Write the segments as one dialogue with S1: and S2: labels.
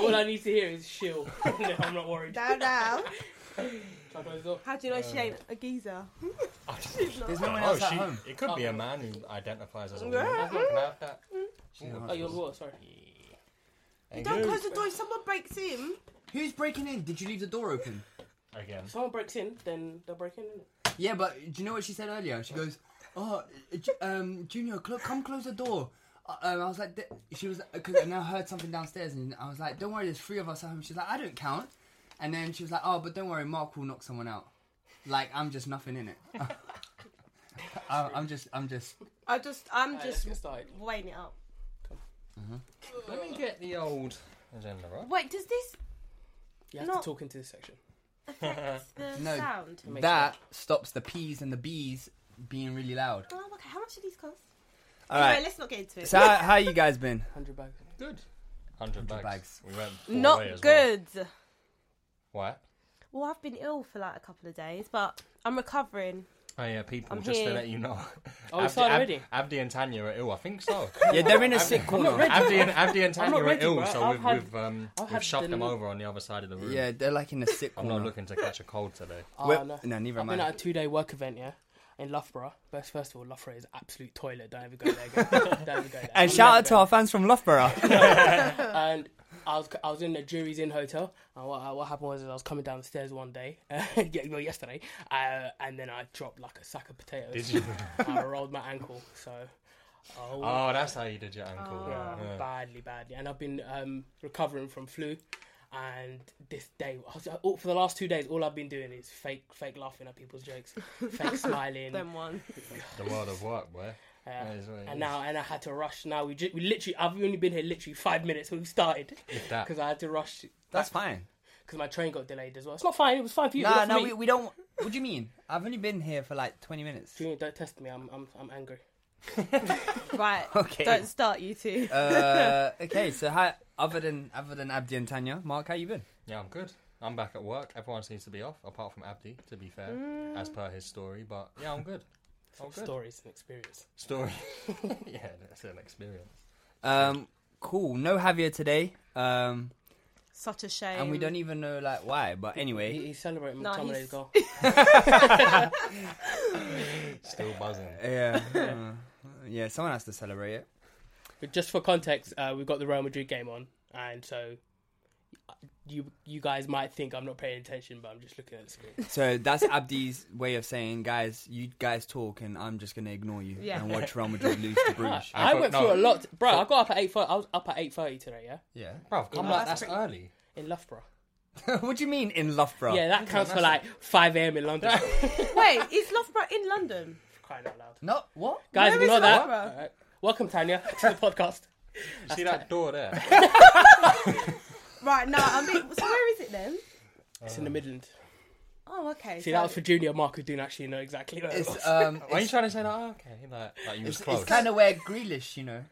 S1: All I need to hear is she'll. no, I'm not worried.
S2: Down, down.
S1: Shall I close the door?
S2: How do you know she ain't a geezer?
S3: There's no one
S1: Oh,
S3: else at
S1: she.
S3: home.
S1: It could be a man who identifies as a woman. That's not gonna have that. Oh, you're the water, sorry.
S2: Don't close the door. If someone breaks in,
S3: Who's breaking in? Did you leave the door open?
S1: If someone breaks in, then they'll break in. innit?
S3: Yeah, but do you know what she said earlier? She goes, "Oh, uh, Ju- um, Junior, cl- come close the door." Uh, um, I was like, "Th- "She was," because I now heard something downstairs, and I was like, "Don't worry, there's three of us at home." She's like, "I don't count," and then she was like, "Oh, but don't worry, Mark will knock someone out." Like I'm just nothing in it. I, I'm just, I'm just.
S2: I just, I'm
S1: Right, let's
S2: just
S1: get started. Mm-hmm.
S2: weighing it up.
S1: Let me get the old agenda, right?
S2: Wait, does this
S1: You have
S2: Not-
S1: to talk into this section.
S2: affect the
S3: No.
S2: sound?
S1: That
S3: stops the peas and the bees being really loud.
S2: Oh, okay. How much do these cost?
S4: All
S2: Anyway,
S4: right.
S2: let's not get into it.
S4: So how, how you guys been?
S1: 100 bags. Good.
S5: 100
S3: bags. bags.
S5: We went
S2: not good. Well.
S5: What?
S2: I've been ill for like a couple of days, but I'm recovering.
S5: Oh yeah, people.
S2: I'm
S5: just
S2: here.
S5: to let you know.
S1: Oh, we started already?
S5: Abdi and Tanya are ill. I think so.
S4: Yeah, they're in a sick corner.
S5: Abdi and Abdi and
S1: I'm
S5: Tanya
S1: not
S5: are
S1: ready,
S5: ill,
S1: bro.
S5: so
S1: I've
S5: we've,
S1: had-
S5: we've, um,
S1: I've had
S5: we've shoved them
S1: del-
S5: over on the other side of the room.
S4: Yeah, they're like in a sick
S5: I'm
S4: corner.
S5: not looking to catch a cold today.
S1: Oh,
S4: Well,
S1: no.
S4: no, neither
S1: I've
S4: am
S1: been
S4: I.
S1: at a two-day work event, yeah, in Loughborough. First, first of all, Loughborough is absolute toilet. Don't ever go there. Again. Don't ever go there.
S4: And
S1: I'll
S4: shout
S1: never
S4: out to
S1: go
S4: our fans from Loughborough.
S1: there. And I was, I was in the jury's in hotel. And what, what happened was, is I was coming downstairs one day, yeah, well, yesterday, uh, and then I dropped like a sack of potatoes. Did you? I rolled my ankle, so. Oh,
S5: Oh, that's how you did your ankle.
S1: yeah,
S5: yeah.
S1: badly, badly. And I've been um, recovering from flu. And this day, I was- all- for the last two days, all I've been doing is fake, fake laughing at people's jokes, fake smiling.
S2: Them one.
S5: The world of work, boy.
S1: Yeah.
S5: is what it
S1: and
S5: is.
S1: now, and I had to rush. Now we, ju- we literally, I've only been here literally five minutes when we started
S5: that.
S1: because I had to rush
S4: That's fine.
S1: because my train got delayed as well. It's not fine. It was fine for you. but
S4: Nah,
S1: not for
S4: no,
S1: me.
S4: we, we don't. What do you mean? I've only been here for like 20 minutes.
S1: Junior, don't test me. I'm, I'm, I'm angry.
S2: Right.
S4: Okay.
S2: Don't start, you two.
S4: Uh, okay, so how, other than other than Abdi and Tanya, Mark, how you been?
S5: Yeah, I'm good. I'm back at work. Everyone seems to be off, apart from Abdi, to be fair, as per his story. But yeah, I'm good. I'm Oh, good.
S1: Stories and experience.
S5: Story. yeah, that's an experience.
S4: Um, cool. No Javier today. Um,
S2: Such a shame.
S4: and we don't even know like why. But anyway,
S1: He, he's celebrating
S2: Nah,
S1: Tom
S2: he's-
S1: goal.
S5: Still buzzing.
S4: yeah, uh, yeah. Someone has to celebrate it.
S1: But just for context, uh, we've got the Real Madrid game on, and so you you guys might think I'm not paying attention, but I'm just looking at the screen.
S4: So that's Abdi's way of saying, guys, you guys talk, and I'm just gonna ignore you
S2: Yeah.
S4: and watch Real Madrid lose to Bruges.
S1: I,
S5: thought-
S1: went
S5: no.
S1: through a lot, bro. I got up at eight thirty. I was up at eight thirty today, yeah,
S4: yeah.
S5: Bro, I'm like, that's, early.
S1: in Loughborough.
S4: what do you mean in Loughborough?
S1: Yeah, that counts for like five a.m. in London.
S2: Wait, is Loughborough in London?
S1: Crying out loud,
S4: No, what?
S1: guys.
S2: Where is
S1: ignore that.
S2: Loughborough?
S1: Alright. Welcome Tanya to the podcast.
S5: See that door there?
S2: Right. No. I mean, so where is it then?
S1: It's in the Midlands.
S2: Oh, okay.
S1: See,
S2: so-
S1: that was for Junior. Mark, who didn't actually know exactly what it was.
S3: It's um,
S6: Why are you
S3: it's,
S6: trying to say that? Oh, okay, like, like you was
S3: it's,
S6: close.
S3: kind of where Grealish, you know.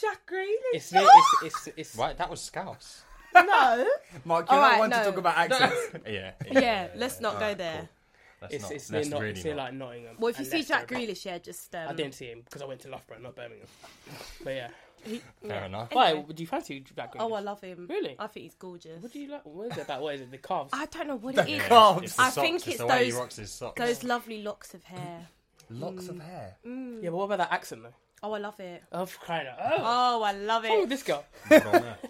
S2: Jack Grealish.
S1: It's, it's, it's, it's,
S6: Right, that was Scouse.
S2: no.
S3: Mark, you're
S2: All
S3: not
S2: right,
S3: one
S2: no.
S3: to talk about accents.
S6: yeah.
S2: Yeah, let's not go there.
S6: That's
S1: it's,
S6: not,
S1: it's,
S6: that's
S1: near, Not-
S6: really
S1: it's near
S6: not.
S1: like Nottingham.
S2: Well, if you
S1: and
S2: see
S1: Leicester.
S2: Jack Grealish, yeah, just um,
S1: I didn't see him because I went to Loughborough, not Birmingham. but yeah.
S6: Fair enough.
S1: Why? Do you fancy Jack Grealish?
S2: Oh, I love him.
S1: Really?
S2: I think he's gorgeous.
S1: What do you like? What is it about? What is it? The calves?
S2: I don't know what it is.
S6: It's the
S2: I
S6: socks,
S2: think it's,
S6: it's the way he
S2: those
S6: rocks his socks.
S2: those lovely locks of hair.
S3: Locks of hair.
S1: Yeah, but what about that accent though?
S2: Oh, I love it.
S1: Of crying out. Oh,
S2: Oh, I love
S1: oh,
S2: it.
S1: this girl.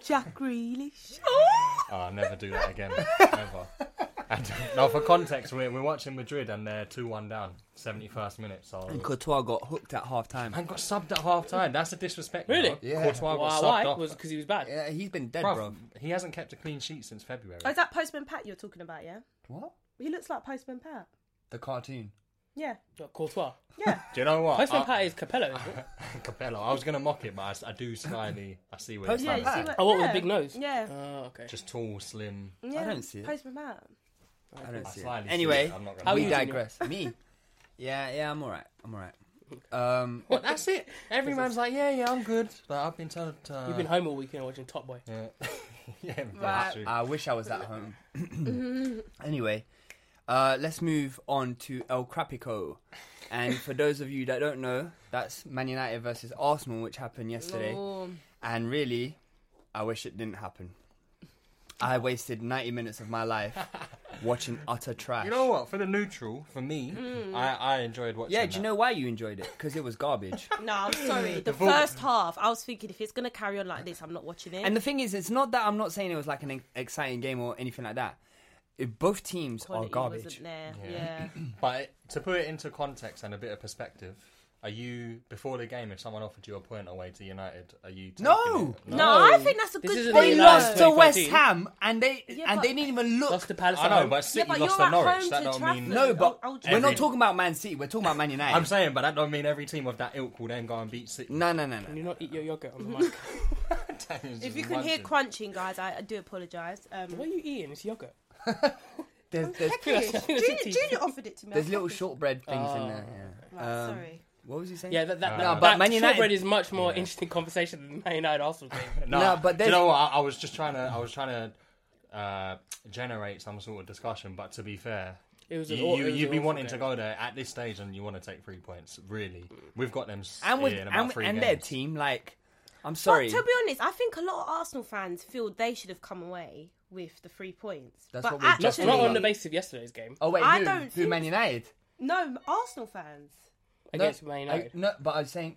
S2: Jack Grealish.
S6: Oh, I'll never do that again. Never. And, now, for context, we're, we're watching Madrid and they're 2 1 down, 71st minute. So.
S4: And Courtois got hooked at half time.
S6: And got subbed at half time. That's a disrespect.
S1: Really?
S6: bro.
S3: Yeah.
S6: Courtois
S1: Why?
S6: got
S1: why?
S6: subbed off.
S1: Was because he was bad.
S3: Yeah, he's been dead,
S6: Bruv,
S3: bro.
S6: He hasn't kept a clean sheet since February.
S2: Oh, is that Postman Pat you're talking about? Yeah,
S3: What?
S2: he looks like Postman Pat.
S3: The cartoon.
S2: Yeah,
S1: Not Courtois.
S2: yeah.
S6: Do you know what?
S1: Postman
S6: I-
S1: Pat is Capello. isn't it?
S6: Capello. I was going to mock it, but I s- I, do slightly. I see where it's
S2: yeah, you see
S6: coming
S2: what,
S1: Oh, what with
S2: yeah.
S1: the big nose?
S2: Yeah.
S1: Oh, okay.
S6: Just tall, slim.
S2: yeah.
S4: don't see it.
S2: Postman Pat.
S4: I don't
S6: I
S4: see it.
S6: slightly see
S4: Anyway,
S6: it, I'm not gonna
S1: How
S6: lie.
S1: are
S3: We
S1: you doing?
S3: digress. Me.
S4: yeah, yeah, I'm all right. I'm all right. Um,
S6: Well, that's it. Every man's like, yeah, yeah, I'm good. But I've been told. Uh,
S1: You've been home all weekend watching Top Boy.
S6: Yeah, yeah that's
S2: Right.
S6: true.
S3: I wish I was at home.
S4: anyway, uh, let's move on to El Crapico. And for those of you that don't know, that's Man United versus Arsenal, which happened yesterday. And really, I wish it didn't happen. I wasted 90 minutes of my life watching utter trash.
S6: You know what? For the neutral, for me, I, I enjoyed watching.
S4: Yeah, do you
S6: that.
S4: know why you enjoyed it? Because it was garbage.
S2: No, I'm sorry. The first half, I was thinking if it's gonna carry on like this, I'm not watching it.
S4: And the thing is, it's not that I'm not saying it was like an ex- exciting game or anything like that. It, both teams
S2: Quality
S4: are Oh, garbage.
S2: wasn't there. Yeah.
S6: But to put it into context and a bit of perspective, are you before the game? If someone offered you a point away to United, are you? taking
S4: No!
S6: it?
S2: No,
S1: No.
S2: I think that's a
S1: This
S2: good.
S1: isn't
S2: thing.
S1: They lost to West
S4: Ham, and they
S2: Yeah, and but- they
S4: didn't even look.
S1: Lost to Palace.
S6: I
S1: at
S6: know,
S1: home.
S6: but
S2: Yeah,
S6: City
S2: but
S6: lost
S2: you're
S6: to
S2: at
S6: Norwich.
S2: home
S6: That
S2: to
S6: don't
S2: Trafford.
S6: mean
S4: No, but
S2: Old- old
S4: we're not
S6: Trafford.
S4: talking about Man City. We're talking about Man United.
S6: I'm saying, but that don't mean every team of that ilk will then go and beat City.
S4: no, no, no,
S1: Can
S4: no.
S1: you not eat your yogurt on the mic?
S2: If you can hear crunching, guys, I, I do apologise. Um,
S1: what are you eating? It's yogurt.
S4: There's, there's,
S2: Junior, Junior offered it Oh. to me. I
S4: there's little
S2: fucking-
S4: shortbread things in there. Yeah.
S2: Right,
S4: Um,
S2: sorry.
S4: What was he saying?
S1: Yeah, that,
S6: No,
S1: that, that,
S4: Uh, but
S1: that
S4: Man United-
S1: shortbread is much more interesting conversation than Man United Arsenal game.
S6: No,
S4: No, but
S6: but do
S4: there's-
S6: you know what? I, I was just trying to, I was trying to uh, generate some sort of discussion. But to be fair,
S1: It was an
S6: you,
S1: aw-
S6: you,
S1: it was
S6: you'd
S1: an
S6: be
S1: awful
S6: wanting
S1: game.
S6: to go there at this stage, and you want to take three points. Really, we've got them s-
S4: and with
S6: in about
S4: and,
S6: three
S4: and
S6: games.
S4: their team, like, I'm sorry.
S2: But to be honest, I think a lot of Arsenal fans feel they should have come away with the three points.
S4: That's
S2: but
S4: what we're
S2: actually,
S4: just
S1: Not, not on the basis of yesterday's game
S4: oh wait,
S2: I
S4: who?
S2: don't
S4: who
S2: think-
S4: Man United?
S2: No, Arsenal fans.
S1: against
S4: no,
S1: Man
S4: I-
S1: United.
S4: no, but I was saying,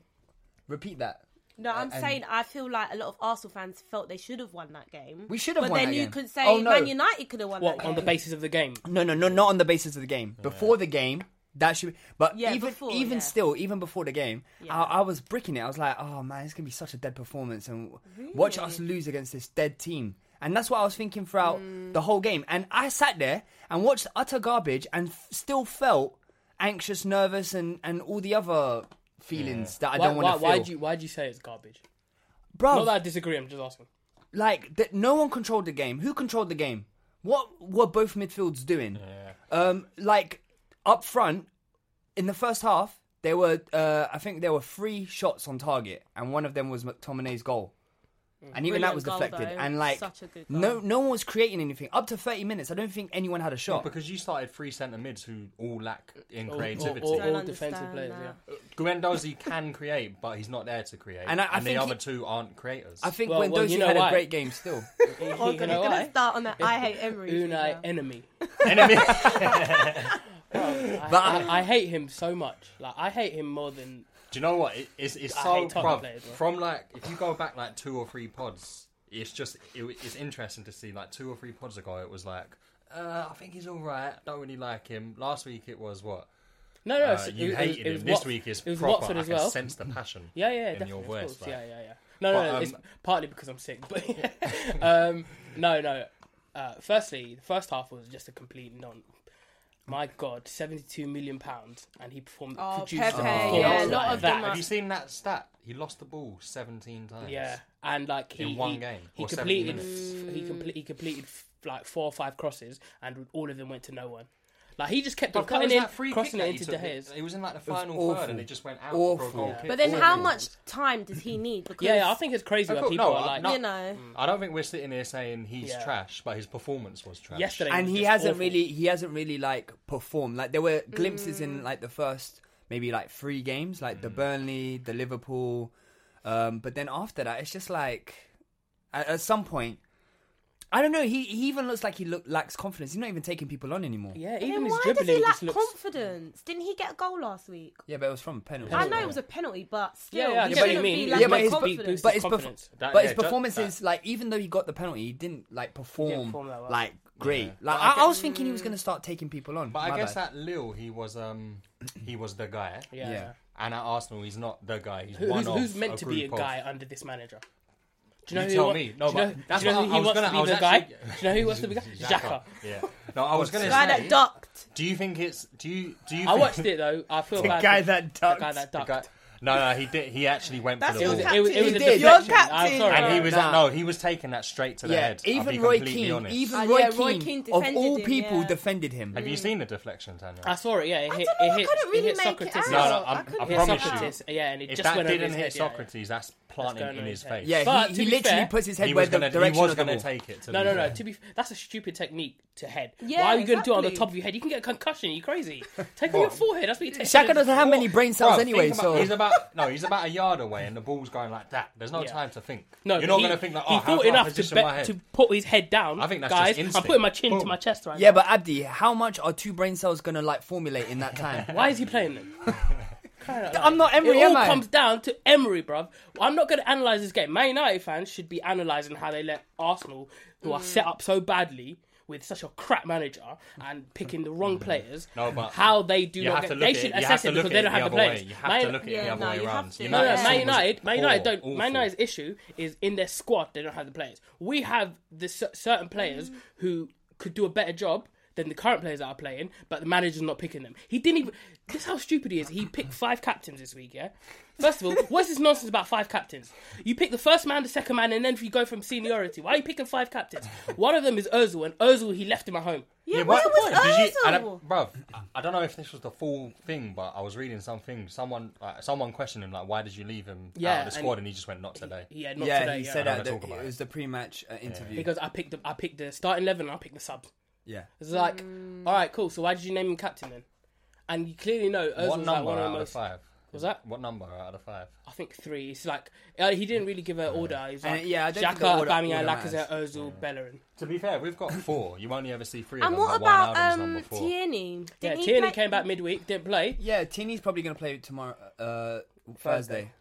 S4: repeat that.
S2: No, I'm
S4: Uh, and-
S2: saying I feel like a lot of Arsenal fans felt they should have won that game.
S4: We should have
S2: But
S4: won
S2: then
S4: that
S2: you
S4: game.
S2: could say
S4: Oh, no.
S2: Man United could have won
S1: What
S2: that
S1: on the
S2: game.
S1: basis of the game?
S4: No, no, no, not on the basis of the game. Before the game, that should. Be, but
S2: Yeah,
S4: even
S2: before,
S4: even
S2: yeah.
S4: still, even before the game,
S2: Yeah.
S4: I, I was bricking it. I was like, oh man, it's gonna be such a dead performance, and w watch us lose against this dead team. And that's what I was thinking throughout
S2: Mm.
S4: the whole game. And I sat there and watched utter garbage, and f- still felt anxious, nervous, and and all the other feelings that I
S1: why,
S4: don't
S1: why,
S4: want to feel.
S1: why do you why do you say it's garbage?
S4: Bro,
S2: Oh.
S1: Not that I disagree. I'm just asking.
S4: like that, no one controlled the game. Who controlled the game? What were both midfields doing? Um, like up front in the first half, there were uh, I think there were three shots on target, and one of them was McTominay's goal. And even that
S2: Mm. Brilliant
S4: was
S2: goal,
S4: deflected.
S2: though.
S4: And like,
S2: Such a good goal.
S4: no, no one was creating anything. Up to thirty minutes, I don't think anyone had a shot.
S6: Because you started three centre mids who all lack in
S1: Or-
S6: creativity.
S1: or, or,
S2: Don't
S1: or defensive
S2: understand
S1: players.
S2: that.
S1: Yeah.
S6: Guendouzi can create, but he's not there to create.
S4: And
S6: And,
S4: I- I
S6: the
S4: think
S6: other
S4: he-
S6: two aren't creators.
S4: I think
S1: Well,
S4: when
S1: well,
S4: those
S1: you
S4: who
S1: know
S4: had
S1: why.
S4: a great game still.
S2: Oh, God,
S1: You know
S2: you're
S1: why?
S2: gonna start on the I hate Emery. thing
S1: Unai
S2: now.
S1: enemy.
S6: Enemy.
S1: But I, I hate him so much. Like I hate him more than
S6: Do you know what? It, it's it's
S1: I
S6: so
S1: hate Tottenham
S6: bruv,
S1: players, bro.
S6: from like if you go back like two or three pods, it's just it, it's interesting to see like two or three pods ago. It was like uh, I think he's all right. Don't really like him. Last week it was what
S1: no no.
S6: uh,
S1: it's-
S6: you
S1: it,
S6: hated
S1: it, it was
S6: him. This
S1: Wat-
S6: week is
S1: it was
S6: proper.
S1: Watford
S6: I
S1: as
S6: can
S1: well.
S6: sense the passion.
S1: Yeah, yeah,
S6: in
S1: definitely.
S6: your
S1: of
S6: voice.
S1: course.
S6: like.
S1: Yeah, yeah, yeah. No,
S6: But,
S1: no, no it's
S6: um,
S1: partly because I'm sick, but um, no, no. Uh, firstly, the first half was just a complete non. My God, seventy-two million pounds, and he performed.
S2: Oh,
S1: produced
S2: Pepe,
S1: a
S2: yeah,
S1: performance
S2: a
S1: like
S2: lot of
S1: that.
S2: them are-
S6: Have you seen that stat? He lost the ball seventeen times.
S1: Yeah, and like he
S6: In one
S1: he,
S6: game,
S1: he
S6: or 70
S1: completed
S6: minutes.
S1: f- he complete he completed f- like four or five crosses, and all of them went to no one. Like he just kept
S6: But
S1: on
S6: that
S1: cutting
S6: was
S1: in,
S6: that free kick
S1: crossing
S6: that
S1: it
S6: he
S1: into
S6: took.
S1: De Gea's.
S6: It was in, like, the
S1: It was
S6: final third and
S1: awful.
S6: they just went out for a
S1: Awful.
S6: goal
S1: Yeah.
S6: kick.
S2: But then, how much time does he need? Because
S1: Yeah, I think it's crazy
S6: Oh,
S1: when
S6: cool.
S1: people
S6: No,
S1: are
S6: I-
S1: like,
S6: no.
S2: you know.
S6: I don't think we're sitting here saying he's
S1: Yeah.
S6: trash, but his performance was trash.
S4: and he hasn't really he hasn't really like performed. Like there were glimpses in like the first maybe like three games, like
S6: Mm.
S4: the Burnley, the Liverpool, um, but then after that, it's just like at, at some point. I don't know. He, he even looks like he look, lacks confidence. He's not even taking people on anymore.
S1: Yeah,
S2: But then why does he lack confidence? Didn't he get a goal last week?
S4: Yeah, but it was from a penalty.
S2: I know it was a penalty, but still,
S1: Yeah, yeah, I
S2: he
S1: get what you
S2: shouldn't
S1: mean.
S2: be
S1: Yeah,
S2: lacking
S1: but his-
S2: confidence.
S1: but
S4: his, perf-
S1: confidence. That-
S4: but
S6: yeah,
S4: his
S6: ju-
S4: performances, like even though he got the penalty, he didn't like perform,
S1: perform that well.
S4: like great. Like
S6: But
S4: I,
S6: I
S4: I,
S6: get-
S4: was thinking he was going to start taking people on.
S6: But
S4: My
S6: I guess
S4: bad.
S6: that Lille, he was um, he was the guy.
S1: Yeah.
S4: Yeah.
S6: And at Arsenal, he's not the guy. He's
S1: Who-
S6: one
S1: who's,
S6: of
S1: who's meant
S6: a
S1: to be a
S6: group of-
S1: guy under this manager? Do
S6: You
S1: who
S6: tell
S1: wa-
S6: me. No,
S1: do you know,
S6: but that's
S1: do you know
S6: what I- I
S1: who he
S6: was
S1: wants
S6: gonna-
S1: to be
S6: I was
S1: the guy. Do
S6: actually-
S1: you know who wants to be the guy?
S6: Xhaka.
S1: Xhaka.
S6: Yeah. No, I was gonna
S2: Guy
S6: say.
S2: that ducked.
S6: do you think it's do you do you?
S1: I
S6: think-
S1: watched it though. I feel
S4: The
S1: bad.
S4: guy
S1: for-
S4: that
S1: The guy
S4: ducked.
S1: that
S6: the
S1: ducked.
S6: guy- No, no, he did. He actually went for
S2: That's
S6: the
S1: It
S2: your
S1: was,
S6: ball.
S1: it was, it was a
S4: He did. You're
S1: deflection. I'm
S2: captain.
S1: sorry.
S6: and he was
S4: Nah.
S6: at, no, he was taking that straight to the
S4: yeah,
S6: head. I'll be
S4: even Roy
S6: completely
S4: Keane,
S6: honest.
S4: even
S2: Uh,
S4: Roy,
S2: yeah,
S4: Keane,
S2: Roy Keane
S4: of
S2: defended
S4: all
S2: him,
S4: people,
S2: yeah.
S4: defended him.
S6: Have you seen the deflection, Tanya?
S1: Mm. I saw it. Yeah, it
S2: don't
S1: hit.
S2: know, I
S1: it hit,
S2: couldn't really
S1: it hit
S2: make it out.
S1: Socrates.
S6: No, no,
S2: Oh,
S6: I'm,
S2: I
S6: I
S2: couldn't
S1: It hit
S6: promise
S2: figure it
S1: Socrates.
S6: you.
S1: Yeah, and it
S6: If
S1: just
S6: that
S1: went over
S6: didn't
S1: his
S6: hit
S1: head, yeah, yeah.
S6: Socrates, that's
S1: That's going
S6: planting in
S1: over
S6: his
S1: his head.
S6: face.
S4: Yeah,
S1: But
S4: he,
S1: to
S4: he
S1: be
S4: literally
S1: fair,
S4: puts his head
S6: he
S4: where
S6: was
S4: the
S6: gonna, he
S4: direction
S6: was
S4: of the
S6: gonna
S4: ball.
S6: take it. To
S1: No,
S6: be
S1: no,
S6: fair.
S1: no. To be, f- that's a stupid technique to head.
S2: Yeah,
S1: Why are you going to do it on the
S2: exactly.
S1: top of your head? You can get a concussion. You crazy? Take on your forehead. That's what you take.
S4: Shaka doesn't have many
S1: What?
S4: brain cells
S6: Bro,
S4: anyway,
S6: think about-
S4: so
S6: he's about no, he's about a yard away, and the ball's going like that. There's no
S1: Yeah.
S6: time to think.
S1: No,
S6: you're
S1: but
S6: not
S1: he-
S6: going to think like,
S1: he
S6: oh, how
S1: thought
S6: do I
S1: enough to,
S6: position
S1: bet-
S6: my head?
S1: to put his head down.
S6: I think that's
S1: guys.
S6: just instinct.
S1: I'm putting my chin to
S6: Boom.
S1: my chest right
S4: yeah.
S1: now.
S4: But Abdi, how much are two brain cells gonna like formulate in that time?
S1: Why is he playing them? Kinda like-
S4: I'm not Emery,
S1: It all
S4: am I?
S1: comes down to Emery, bruv. I'm not going to analyse this game. Man United fans should be analysing how they let Arsenal, who are set up so badly with such a crap manager and picking the wrong players,
S6: No, but
S1: how they do
S6: you
S1: not
S6: have
S1: get.
S6: to look
S1: they
S6: at
S1: should
S6: it. You have
S1: assess
S6: to
S1: it
S6: look
S1: because
S6: at
S1: they
S6: it
S1: don't
S6: the
S1: have the
S6: other
S1: players.
S6: way. You have
S1: Man-
S6: to look at it the
S2: Yeah,
S6: other
S2: no,
S6: way
S2: you have
S6: around.
S2: to.
S1: no, no,
S2: Yeah.
S1: Man
S6: Arsenal was
S1: United, Man United
S6: poor,
S1: don't. Man
S6: awful.
S1: United issue is in their squad. They don't have the players. We have the cer- certain players who could do a better job than the current players that are playing, but the manager's not picking them. He didn't even. This is how stupid he is. He picked five captains this week. Yeah. First of all, what's this nonsense about five captains? You pick the first man, the second man, and then if you go from seniority, why are you picking five captains? One of them is Ozil, and Ozil he left him at home.
S2: Yeah, where
S6: what-
S2: was
S6: Did you- I
S2: Ozil?
S6: don't, bruv, I- I don't know if this was the full thing, but I was reading something. Someone, like, someone questioned him, like, "Why did you leave him
S1: Yeah,
S6: out of the
S1: and-
S6: squad?" And, he just went, "Not today."
S1: Yeah, not
S4: yeah,
S1: today.
S4: he
S1: yeah.
S4: said
S6: I
S4: that,
S6: don't
S4: that
S6: wanna talk
S4: it
S6: about
S4: was the pre-match uh, interview.
S1: He goes, I picked the I picked the starting eleven. and I picked the subs.
S4: Yeah,
S1: It's like,
S4: Hmm.
S1: all right, cool. So why did you name him captain then? And you clearly know Ozil's
S6: What
S1: like
S6: number
S1: one of
S6: out
S1: the
S6: of the
S1: most.
S6: five?
S1: Was that?
S6: What number out of the five?
S1: I think three. It's like uh, he didn't really give an order. He was
S4: And,
S1: like,
S4: yeah, I don't think the
S1: Xhaka,
S4: order-
S1: Aubameyang,
S4: order matters.
S1: Lacazette, Ozil, Bellerin.
S6: To be fair, we've got four. You only ever see three.
S2: And
S6: of them,
S2: what
S6: but
S2: about
S6: Wijnaldum's
S2: um,
S6: number four.
S2: Tierney?
S1: Yeah,
S2: Didn't he
S1: Tierney
S2: play-
S1: came back midweek, didn't play.
S4: yeah. Tini's probably gonna play tomorrow, uh, Thursday.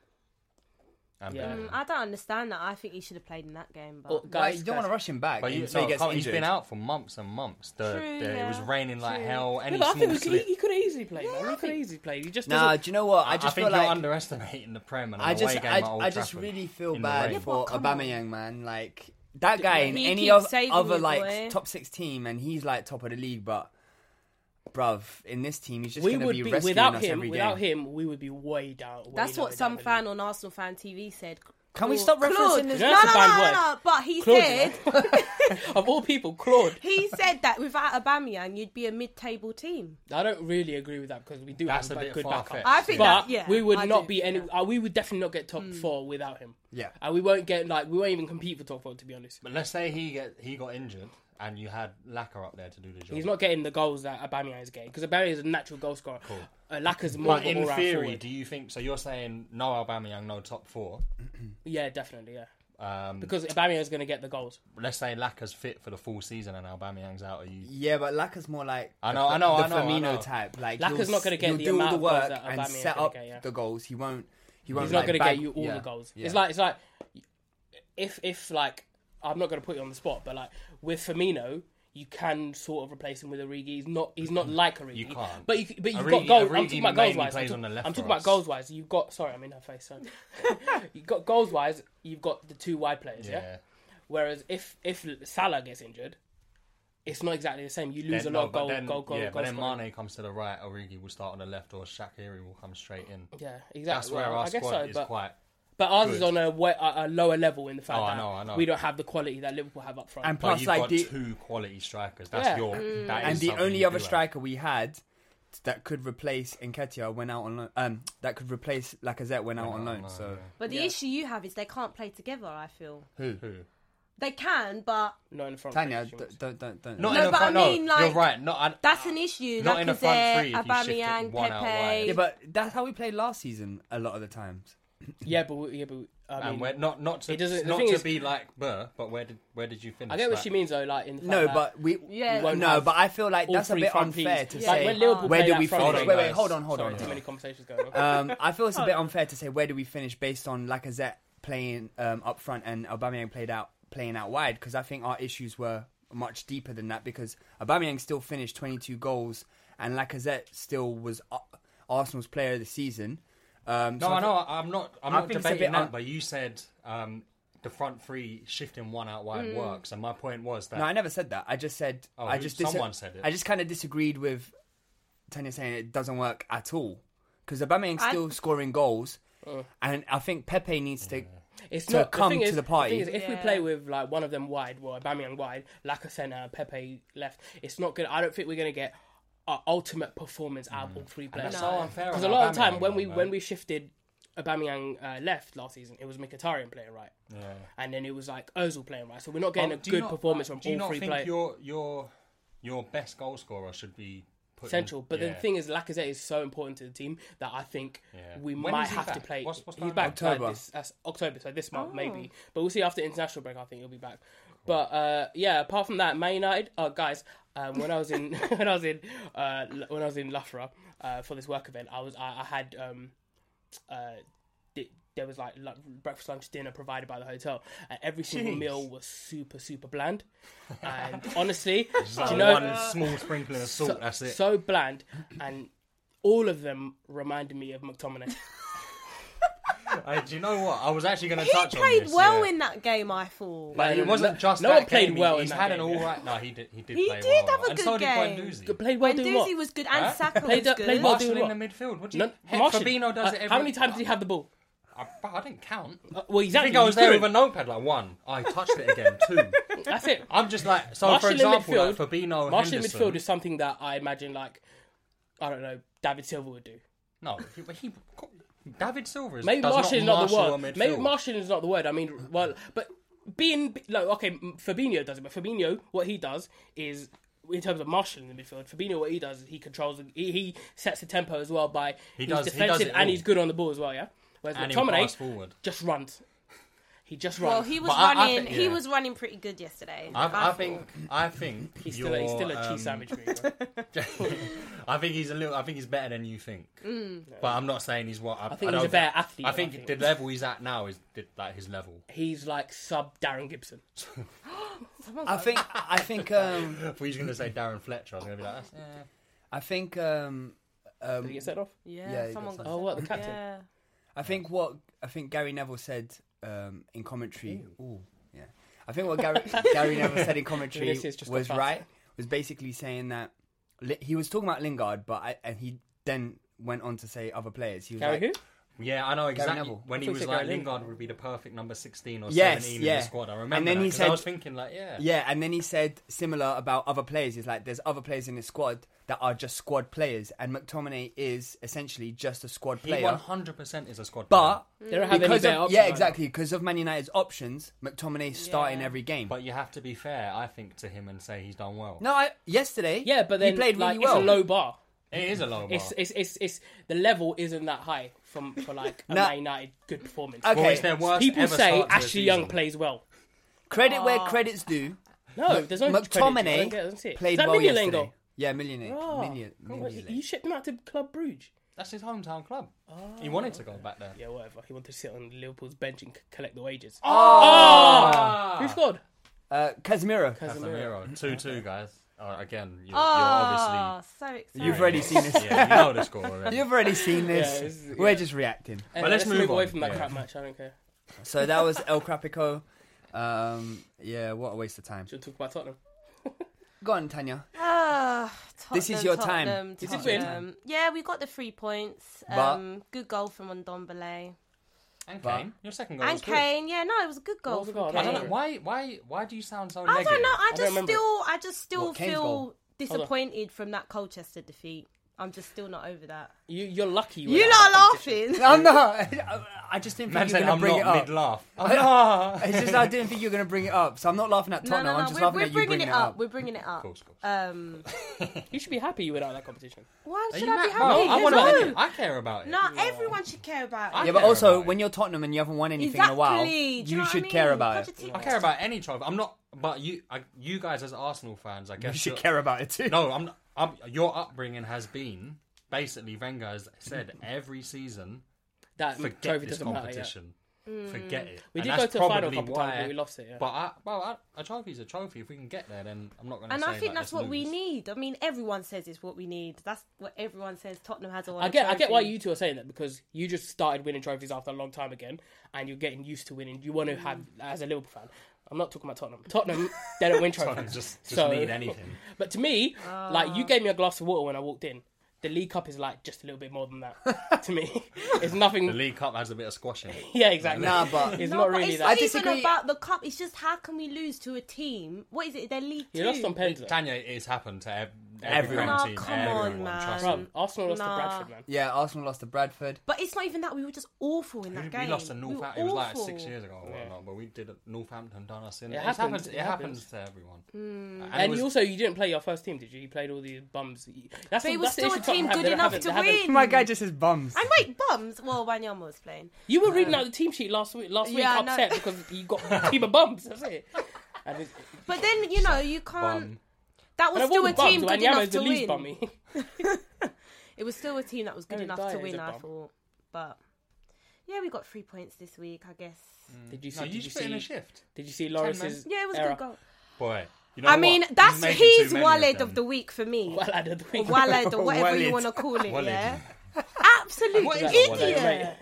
S6: And
S1: Yeah.
S6: Bellerin.
S1: Mm,
S2: I don't understand that. I think he should have played in that game, but
S1: Or,
S4: Like,
S1: guys,
S4: you don't want to rush him back
S6: But you,
S4: until
S6: no,
S4: he gets
S6: can't-
S4: injured.
S6: he's been out for months and months. The,
S2: True,
S6: the, It was
S2: yeah.
S6: raining like
S2: True.
S6: hell.
S1: Yeah,
S6: Any
S1: but I
S6: small
S1: think he,
S6: slip.
S1: he could have easily played. man.
S2: I
S1: he could have
S2: think-
S1: easily played. He just
S4: Nah,
S1: doesn't.
S4: do you know what? I
S6: I
S4: just
S6: think
S4: feel
S6: you're
S4: like
S6: underestimating the Prem and
S4: I
S6: away
S4: just
S6: game
S4: I,
S6: at Old
S4: I just
S6: Trafford
S4: really feel
S6: in the
S4: bad
S6: rain.
S4: for
S2: but come
S4: Aubameyang, man. Like that guy in
S2: he
S4: any
S2: keeps
S4: of,
S2: saving
S4: other
S2: you,
S4: like
S2: boy.
S4: top six team, and he's like top of the league. But bruv, in this team, he's just
S1: we
S4: gonna
S1: would
S4: be,
S1: be,
S4: rescuing
S1: without
S4: us
S1: him.
S4: every
S1: Without
S4: game.
S1: him, we would be way down. way
S2: that's
S1: lower
S2: what some
S1: down the
S2: fan on Arsenal fan TV said.
S4: Can we
S2: Claude-
S4: stop referencing
S2: Claude.
S4: this?
S1: Yeah,
S2: No,
S1: that's
S2: no, no,
S1: a banned
S2: no,
S1: word.
S2: no. But he
S1: Claude,
S2: said
S1: league. of all people, Claude.
S2: he said that without Aubameyang, you'd be a mid-table team.
S1: I don't really agree with that because we do
S6: That's
S1: have
S6: a bit
S1: good backup.
S6: far-fetched.
S2: I think
S1: But
S2: that yeah,
S1: we would
S2: I
S1: not
S2: do,
S1: be any.
S2: yeah. Hmm.
S1: Uh, we would definitely not get top four without him.
S4: Yeah.
S1: and we won't get like we won't even compete for top four to be honest.
S6: But let's say he get he got injured and you had Laka up there to do the job.
S1: He's not getting the goals that Aubameyang is getting because Aubameyang is a natural goal scorer. Uh, Laka's more
S6: But
S1: of an
S6: in
S1: all-round
S6: theory,
S1: forward.
S6: do you think so? You're saying no Aubameyang, no top four.
S1: yeah, definitely, yeah.
S6: Um,
S1: Because Aubameyang is going to get the goals.
S6: let's say Laka's fit for the full season and Aubameyang's out. Are you?
S4: Yeah, but Laka's more like
S6: I know,
S4: the,
S6: I know,
S4: the
S6: I know, I
S4: Firmino
S6: know.
S4: type. Like
S1: Laka's
S4: he'll
S1: not gonna
S4: s-
S1: get
S4: he'll
S1: the
S4: do all
S1: amount
S4: the
S1: of goals
S4: work
S1: that
S4: and
S1: Aubameyang's
S4: set
S1: gonna
S4: up
S1: get, yeah.
S4: the goals. He won't. He won't.
S1: He's not
S4: like,
S1: going to
S4: bag-
S1: get you all
S4: yeah,
S1: the goals.
S4: yeah.
S1: It's like it's like if if like I'm not going to put you on the spot, but like with Firmino. You can sort of replace him with Origi. He's not. He's not like Origi.
S6: Mm-hmm. You can't.
S1: But you. c- But you've
S6: Origi-
S1: got goals.
S6: Origi
S1: I'm talking about
S6: mainly
S1: goals wise. I'm,
S6: plays on the left
S1: I'm
S6: for
S1: talking about
S6: us.
S1: goals wise. You've got. Sorry, I'm in her face. So you got goals wise. You've got the two wide players. Yeah.
S6: Yeah.
S1: Whereas if if Salah gets injured, it's not exactly the same. You lose
S6: Then-
S1: a lot
S6: no,
S1: of
S6: but
S1: goal,
S6: then-
S1: goal, goal,
S6: yeah,
S1: goal.
S6: but then
S1: scoring.
S6: Mane comes to the right, Origi will start on the left, or Shaqiri will come straight in.
S1: Yeah, exactly.
S6: That's where
S1: Well,
S6: our
S1: I guess
S6: squad
S1: so,
S6: is
S1: but-
S6: quite
S1: But ours is
S6: Good.
S1: on a, way, a, a lower level in the fact
S6: Oh, I
S1: that
S6: know, I know.
S1: we don't have the quality that Liverpool have up front.
S4: And
S6: But
S4: plus,
S6: you've
S4: like
S6: got
S4: the-
S6: two quality strikers. That's
S1: Yeah.
S6: your.
S1: Mm.
S6: That is
S4: and the
S6: something
S4: only
S6: you
S4: other
S6: do have.
S4: striker we had that could replace Enketia went out on loan. Um, that could replace Lacazette went out on loan. so
S2: But the issue you have is they can't play together. I feel
S4: who?
S6: Who?
S2: they can, but
S1: not in the front.
S4: Tanya,
S1: three, she
S4: d-
S1: wants.
S4: don't don't don't.
S6: Not
S2: No,
S6: in the
S2: but I
S6: front. no,
S2: mean, like,
S6: you're right. Not, I,
S2: that's an issue.
S6: Not in a front
S2: Lacazette,
S6: three if you shifted
S2: Aubameyang,
S6: one out wide.
S2: Pepe.
S4: yeah, but that's how we played last season a lot of the times.
S1: yeah, but we- yeah, but we- I
S6: and
S1: mean,
S6: where, not not to
S1: it doesn't- the
S6: not
S1: thing
S6: to
S1: is-
S6: be like Burr, but where did where did you finish?
S1: I get what
S6: Like,
S1: she means though. Like in the fact
S4: No,
S1: that
S4: but we
S2: Yeah.
S1: won't
S4: no,
S1: have
S4: but I feel like
S1: all
S4: that's a
S1: three
S4: bit
S1: front
S4: unfair
S1: threes.
S4: to
S1: Yeah,
S4: say.
S1: when Liverpool
S4: where
S1: play
S4: do
S1: that
S4: we
S1: front
S4: finish?
S1: three,
S4: Wait, wait,
S1: guys.
S4: hold on, hold
S1: Sorry,
S4: on.
S1: Too many conversations going on.
S4: Um, I feel it's a bit unfair to say where do we finish based on Lacazette playing um, up front and Aubameyang played out playing out wide because I think our issues were much deeper than that because Aubameyang still finished 22 goals and Lacazette still was uh, Arsenal's player of the season. Um,
S6: No,
S4: so
S6: I
S4: I
S6: know. I'm not. I'm
S4: I
S6: not
S4: think it's a bit
S6: debating that.
S4: un-
S6: But you said um, the front three shifting one out wide
S1: Mm.
S6: works, and my point was that
S4: No, I never said that. I just said
S6: Oh,
S4: I
S6: who-
S4: just
S6: someone said it.
S4: I just kind of disagreed with Tanya saying it doesn't work at all because Aubameyang's
S2: I-
S4: still scoring goals, and I think Pepe needs to.
S1: it's
S4: to
S1: not the
S4: come
S1: thing
S4: to
S1: is-
S4: the party.
S1: thing is, if we
S2: Yeah.
S1: play with like one of them wide, well, Aubameyang wide, Lacazette centre, Pepe left, it's not good. I don't think we're gonna get our ultimate performance out of all three players.
S6: Mm. that's so unfair
S1: Because a
S6: on
S1: lot of the time
S6: Aubameyang,
S1: when we
S6: though,
S1: when
S6: man.
S1: we shifted Aubameyang uh, left last season, it was Mkhitaryan playing right, yeah. and then it was like Ozil playing right. So we're not getting
S6: But
S1: a
S6: Oh, do you
S1: good
S6: not-
S1: performance from
S6: do you
S1: all
S6: not
S1: three
S6: think
S1: players.
S6: Your your your best goal scorer should be put in-
S1: Central, but
S6: Yeah.
S1: the thing is, Lacazette is so important to the team that I think
S6: Yeah.
S1: we
S6: When
S1: might
S6: is he
S1: have to
S6: back?
S1: play.
S6: What's- what's
S1: he's
S6: going
S1: back
S6: on?
S1: uh,
S4: October.
S1: this, that's October, so this month maybe. But we'll see after international break. I think he'll be back. But uh, yeah, apart from that, Man United. Oh, guys, um, when I was in when I was in uh, L- when I was in Loughborough uh, for this work event, I was I, I had um, uh, di- there was like, like breakfast, lunch, dinner provided by the hotel, and every single meal was super super bland. And honestly, do
S6: Like
S1: you know
S6: one small sprinkling of salt.
S1: so,
S6: that's it.
S1: so bland, and all of them reminded me of McTominay.
S6: Hey, do you know what? I was actually going to
S2: he
S6: touch on
S2: played
S6: this.
S2: well
S6: yeah.
S2: in that game. I thought.
S6: But
S1: No,
S6: it
S1: no,
S6: wasn't
S1: Um, no-
S6: just
S1: no
S6: that
S1: one played
S6: game. He-
S1: well in
S6: He's
S1: that
S6: had an
S1: game, yeah.
S6: all right. No, he did. He did.
S2: He
S6: play
S2: did
S6: well,
S2: have a
S6: and
S2: good
S6: so
S2: game.
S6: Did Guendouzi.
S1: played well doing what?
S2: Doozy was good and Saka
S1: Played
S2: was
S1: that-
S2: good.
S1: played well
S6: Marshall
S1: doing
S6: in the
S1: what?
S6: midfield. What do you?
S1: None,
S6: Heck,
S1: Martian,
S6: Fabinho does
S1: uh,
S6: it every.
S1: how many times did he have the ball?
S6: I, I didn't count.
S1: Uh, well,
S6: I
S1: exactly.
S6: think I was
S1: he
S6: there with a
S1: couldn't.
S6: notepad. Like one, I touched it again. Two.
S1: That's it.
S6: I'm just like so.
S1: Martial
S6: for example,
S1: in midfield,
S6: like Fabinho,
S1: Martial in
S6: Henderson.
S1: midfield is something that I imagine, like, I don't know, David Silva would do.
S6: No, he, but he, David Silva is
S1: Maybe
S6: does
S1: Martial is not the
S6: marshal a
S1: word. Maybe
S6: midfield.
S1: Martial is not the word. I mean, well, but being like okay, M- Fabinho does it, but Fabinho, what he does is in terms of Martial in the midfield. Fabinho, what he does, is he controls, the- he, he sets the tempo as well by he's
S6: does- he does
S1: defensive
S6: it
S1: and
S6: all.
S1: he's good on the ball as well. Yeah, whereas
S6: And he
S1: McTominay
S6: pass forward.
S1: just runs. He just runs.
S2: well, he was
S6: But I- I
S2: running.
S6: think-
S2: He
S6: yeah.
S2: was running pretty good yesterday.
S6: I, I
S2: thought.
S6: think I think um,
S1: He's still, a, he's still a cheese sandwich. for me, bro.
S6: I think he's a little. I think he's better than you think.
S4: Mm.
S6: But I'm not saying he's what. I,
S1: think
S6: I
S1: he's
S6: don't
S1: a better athlete
S6: I
S1: than
S6: think,
S1: I think.
S6: the level he's at now is the- like his level.
S1: He's like sub Darren Gibson.
S4: I think I think um,
S6: If he's going to say Darren Fletcher, I was going to be like, that's, eh.
S4: I think um,
S1: Did he get set off?
S2: Yeah,
S4: Yeah, he
S2: someone
S4: got
S2: got.
S1: Oh, what the captain?
S2: Yeah.
S4: I think what I think Gary Neville said um, in commentary. Ooh, yeah. I think what Gary, Gary Neville said in commentary
S1: This is just a
S4: was
S1: fact.
S4: right. Was basically saying that li- he was talking about Lingard, but I, and he then went on to say other players. He was
S1: Gary
S4: like,
S1: who?
S6: yeah, I know exactly.
S4: Neville.
S6: When
S1: I
S6: he
S1: thought
S6: was
S1: you said
S6: like
S1: Gary Neville.
S6: Lingard would be the perfect number 16 or
S4: Yes,
S6: 17 in
S4: yeah.
S6: the squad. I
S4: And
S6: remember.
S4: then
S6: that,
S4: he
S6: 'cause I
S4: said-
S6: was thinking like, yeah,
S4: Yeah, and then he said similar about other players. He's like, there's other players in the squad that are just squad players, and McTominay is essentially just a squad
S6: He
S4: player.
S6: 100 percent is a squad. player.
S4: But
S1: They don't Mm. have any
S4: because
S1: better
S4: of,
S1: option
S4: yeah,
S1: right now.
S4: exactly, because of Man United's options, McTominay's starting every game.
S6: But you have to be fair, I think, to him and say he's done well.
S4: no, I, yesterday,
S1: Yeah, but then
S4: he played
S1: like,
S4: really well.
S1: it's a low bar.
S6: it is a low bar.
S1: It's, it's it's it's the level isn't that high from for like a
S4: No.
S1: Man United good performance.
S4: Okay.
S6: Well, it's their worst
S1: People
S6: ever
S1: say
S6: start to the
S1: Ashley Young
S6: season.
S1: plays well.
S4: Credit where credit's due.
S1: No, there's no credit. I don't
S4: McTominay
S1: get- I don't see it. Is
S4: played
S1: that
S4: well
S1: Mignolet
S4: yesterday.
S1: goal?
S4: Yeah, millionaire.
S1: Oh,
S4: Million,
S1: God, what,
S4: Mignolet.
S1: you shipped him out to Club Brugge.
S6: That's his hometown club. he wanted to go back there.
S1: Yeah, whatever. He wanted to sit on Liverpool's bench and c- collect the wages. Oh,
S4: Ah!
S1: who scored?
S4: Uh, Casemiro.
S6: Casemiro, two-two guys. Uh, again, you're, you're
S2: Oh,
S6: obviously
S2: so exciting.
S4: You've already seen this.
S6: yeah, you know the score already.
S4: You've already seen
S1: Yeah,
S4: this.
S1: this is-
S4: We're just reacting.
S1: Anyway,
S6: let's move
S1: away
S6: on.
S1: from that
S6: Yeah.
S1: crap match. I don't care.
S4: So that was El Crapico. Um, yeah, what a waste of time.
S1: Do you want to talk about Tottenham?
S4: Go on, Tanya.
S2: Ah,
S4: This is
S2: Tottenham,
S4: your time.
S2: Tottenham,
S4: This
S1: is your
S2: Tottenham. Yeah, we got the three points.
S4: But-
S2: Um, good goal from Ondombele.
S6: And
S4: But-
S6: Kane, your second goal
S2: And
S6: was good.
S2: Kane, yeah, no, it was a good goal.
S1: was the
S2: from
S1: goal?
S2: Kane.
S6: I don't know why. Why? Why do you sound so
S2: I
S6: negative?
S2: don't know. I
S1: don't
S2: just
S1: remember
S2: still, I just still
S4: What, Kane's
S2: feel
S4: goal?
S2: disappointed from that Colchester defeat. I'm just still not over that.
S1: You, you're lucky. with
S2: You're
S1: that
S2: not
S1: competition.
S2: laughing.
S4: I'm not. I just didn't
S6: Man
S4: think you were
S6: said
S4: going to bring
S6: I'm
S4: it
S6: not
S4: up.
S6: mid laugh.
S4: It's just I didn't think you were going to bring it up, so I'm not laughing at
S2: No,
S4: Tottenham.
S2: no,
S4: I'm
S2: no.
S4: just
S2: We're,
S4: laughing
S2: we're
S4: at you
S2: bringing
S4: bringing
S2: it up. We're bringing it up.
S6: course, of course.
S2: Um,
S1: You should be happy without that competition.
S2: why
S6: Are
S2: should
S6: you
S2: I be
S6: mad? No,
S2: happy?
S6: I
S2: Who
S6: want
S2: knows?
S6: to. I care about it.
S2: No, everyone should care about
S6: I
S2: it.
S4: Yeah, but
S6: care
S4: also
S6: about it.
S4: when you're Tottenham and you haven't won anything in a while,
S2: Exactly. Do
S4: you
S2: know
S4: should
S2: what I
S4: care
S2: mean?
S4: about it.
S2: Pochettino-
S6: I care about any trophy. I'm not. But you, I, you guys as Arsenal fans, I guess
S4: You should
S6: you're-
S4: care about it too.
S6: No, I'm, I'm. Your upbringing has been basically Wenger has said every season,
S1: That
S6: forget
S1: trophy
S6: this
S1: doesn't matter. Yeah.
S6: competition.
S2: Mm.
S6: Forget it.
S1: We
S6: And
S1: did
S6: that's
S1: go to the final
S6: probably
S1: couple
S6: why,
S1: times, but we lost it, yeah.
S6: But I, well, I, a trophy's a trophy. If we can get there, then I'm not going to.
S2: And I think that's what we need. I mean, everyone says it's what we need. That's what everyone says. Tottenham has a
S1: I get, I get why you two are saying that because you just started winning trophies after a long time again, and you're getting used to winning. You want to have
S2: Mm.
S1: as a Liverpool fan. I'm not talking about Tottenham. Tottenham, they don't win trophies.
S6: Tottenham just- just
S1: So-
S6: need anything.
S1: But to me, like
S2: Ah.
S1: you gave me a glass of water when I walked in. The League Cup is like just a little bit more than that to me. It's
S6: The
S1: nothing.
S6: League Cup has a bit of squash in it.
S1: Yeah, exactly.
S4: Nah, but-
S1: it's
S2: No,
S1: not
S2: but
S1: really
S2: it's
S1: that.
S2: not even
S4: disagree-
S2: about the cup. It's just how can we lose to a team? What is it? They're League Two.
S1: You lost on pens. though.
S6: Tanya, it's happened to ev- every
S4: Everyone.
S6: Premier
S2: Oh,
S6: team.
S2: come on,
S6: everyone,
S2: man.
S6: Trust me.
S1: Bruv, Arsenal lost
S2: Nah.
S1: to Bradford, man.
S4: Yeah, Arsenal lost to Bradford.
S2: But it's not even that. We were just awful in that
S6: We,
S2: game.
S6: we lost to
S2: were
S6: Northampton. It was like six
S2: awful.
S6: years ago or whatnot, but we did Northampton done us in.
S1: It
S6: It,
S1: happens,
S6: happens.
S1: it
S6: It, happens.
S1: happens.
S6: to everyone.
S2: Mm.
S6: And, it
S1: And
S6: was-
S1: you also you didn't play your first team, did you? You played all these bums. That's
S2: But
S1: the-
S2: it was
S1: that's the
S2: still a
S1: issue Tottenham
S2: team
S1: have. They
S2: good enough
S1: haven't-
S2: to
S1: they haven't-
S2: win.
S4: My guy just says bums.
S2: And wait, bums. Well, Wanyama was playing.
S1: You were reading out the team sheet last week. Last
S2: Yeah, I
S1: week,
S2: know.
S1: upset because you got a team of bums. That's it. And it's,
S2: But then you know you can't.
S6: Bum.
S2: That was
S1: and I
S2: still a
S1: wasn't bummed.
S2: team good
S1: Wanyama
S2: enough
S1: is the
S2: to win. Mm.
S1: least bummy.
S2: It was still a team that was good
S1: Eric
S2: enough
S1: Dyer
S2: to
S1: is
S2: win.
S1: a
S2: I
S1: bum.
S2: thought, but yeah, we got three points this week. I guess.
S1: Did you see?
S6: no,
S1: did
S6: you
S1: you,
S6: just put in a
S1: see?
S6: shift,
S1: Did you see Lawrence's?
S2: Yeah, it was a
S1: error?
S2: good goal.
S6: boy. You know
S2: I
S6: what?
S2: mean,
S6: He's
S2: that's
S6: making
S2: he's
S6: too many
S2: Walid
S6: them.
S2: of the week for me.
S1: Well, I did.
S2: Or Walid or whatever
S4: Walid.
S2: you want to call it.
S6: Walid.
S2: Yeah. Absolute
S6: What is a wallet?
S2: idiot.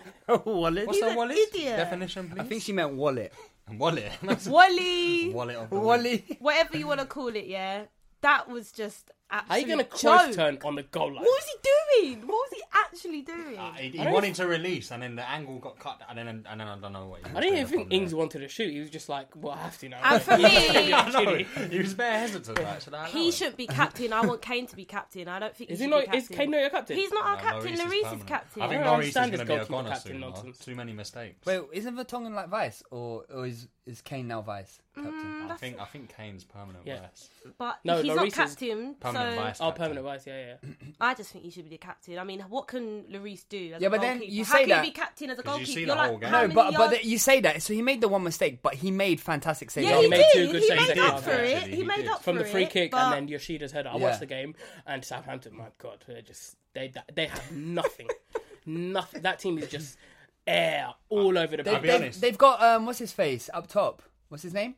S4: wallet.
S6: What's
S2: He's
S6: the
S2: an
S6: wallet
S2: idiot.
S6: definition, please?
S4: I think she meant wallet.
S6: wallet.
S2: Wally.
S6: wallet of the
S4: Wallet.
S2: Whatever you want to call it. Yeah. That was just absolute
S1: How are you going to
S2: joke.
S1: cross turn on the goal line?
S2: What was he doing? What was he actually doing?
S6: Uh, he, he wanted to release, and then the angle got cut, and then and then I don't know what. He was
S1: I didn't
S6: doing
S1: even think
S6: from
S1: Ings wanted to shoot. He was just like, "Well, I have to now."
S2: And Oh, for me,
S6: there. I know. He was bare hesitant. Like, should I allow
S2: he
S6: it?
S2: shouldn't be captain. I want Kane to be captain. I don't think
S1: Is
S2: he
S1: he
S2: should
S1: not-
S2: Be captain.
S1: is Kane not your captain?
S2: He's not our
S6: No,
S2: captain.
S6: Uh, Lloris
S2: Lloris is
S6: permanent.
S2: captain.
S6: I think
S1: I don't
S6: Lloris is going
S1: understand
S6: to
S1: this
S6: be a
S1: goalkeeper
S6: goner
S1: captain
S6: soon. though.
S1: nonsense.
S6: Too many mistakes.
S4: Wait, isn't Vertonghen like vice, or or is is Kane now vice
S2: Mm,
S4: captain?
S6: I think I think Kane's permanent
S1: Yeah.
S6: vice.
S2: but
S1: No,
S2: he's
S1: Lloris
S2: not
S1: is
S2: captain. So
S6: Permanent vice.
S1: Oh,
S6: captain.
S1: permanent vice. Yeah, yeah.
S2: I just think he should be the captain. I mean, what can Lloris do? As
S4: Yeah,
S2: a
S4: but then
S2: goalkeeper?
S4: you
S2: How
S4: say
S2: can
S4: that-
S2: you be captain as a
S6: Because
S2: goalkeeper?
S6: you see the
S2: You're
S6: whole
S2: like,
S6: game.
S2: how
S4: No,
S2: many
S4: but
S2: yards...
S4: but the- you say that. So he made the one mistake, but he made fantastic saves.
S2: yeah,
S1: he
S2: he,
S1: made two
S2: did.
S1: good
S2: he
S1: saves
S2: made
S1: there,
S2: up for
S1: actually.
S2: it.
S6: He
S2: He made
S6: did.
S2: up
S1: From
S2: for
S1: the free
S2: it,
S1: kick
S2: but-
S1: and then Yoshida's header. I
S4: Yeah.
S1: watched the game, and Southampton. My God, they just they they have nothing, nothing. That team is just air all over the
S4: They,
S1: place.
S6: be
S4: they've-
S6: honest.
S4: they've got um, what's his face up top. What's his name?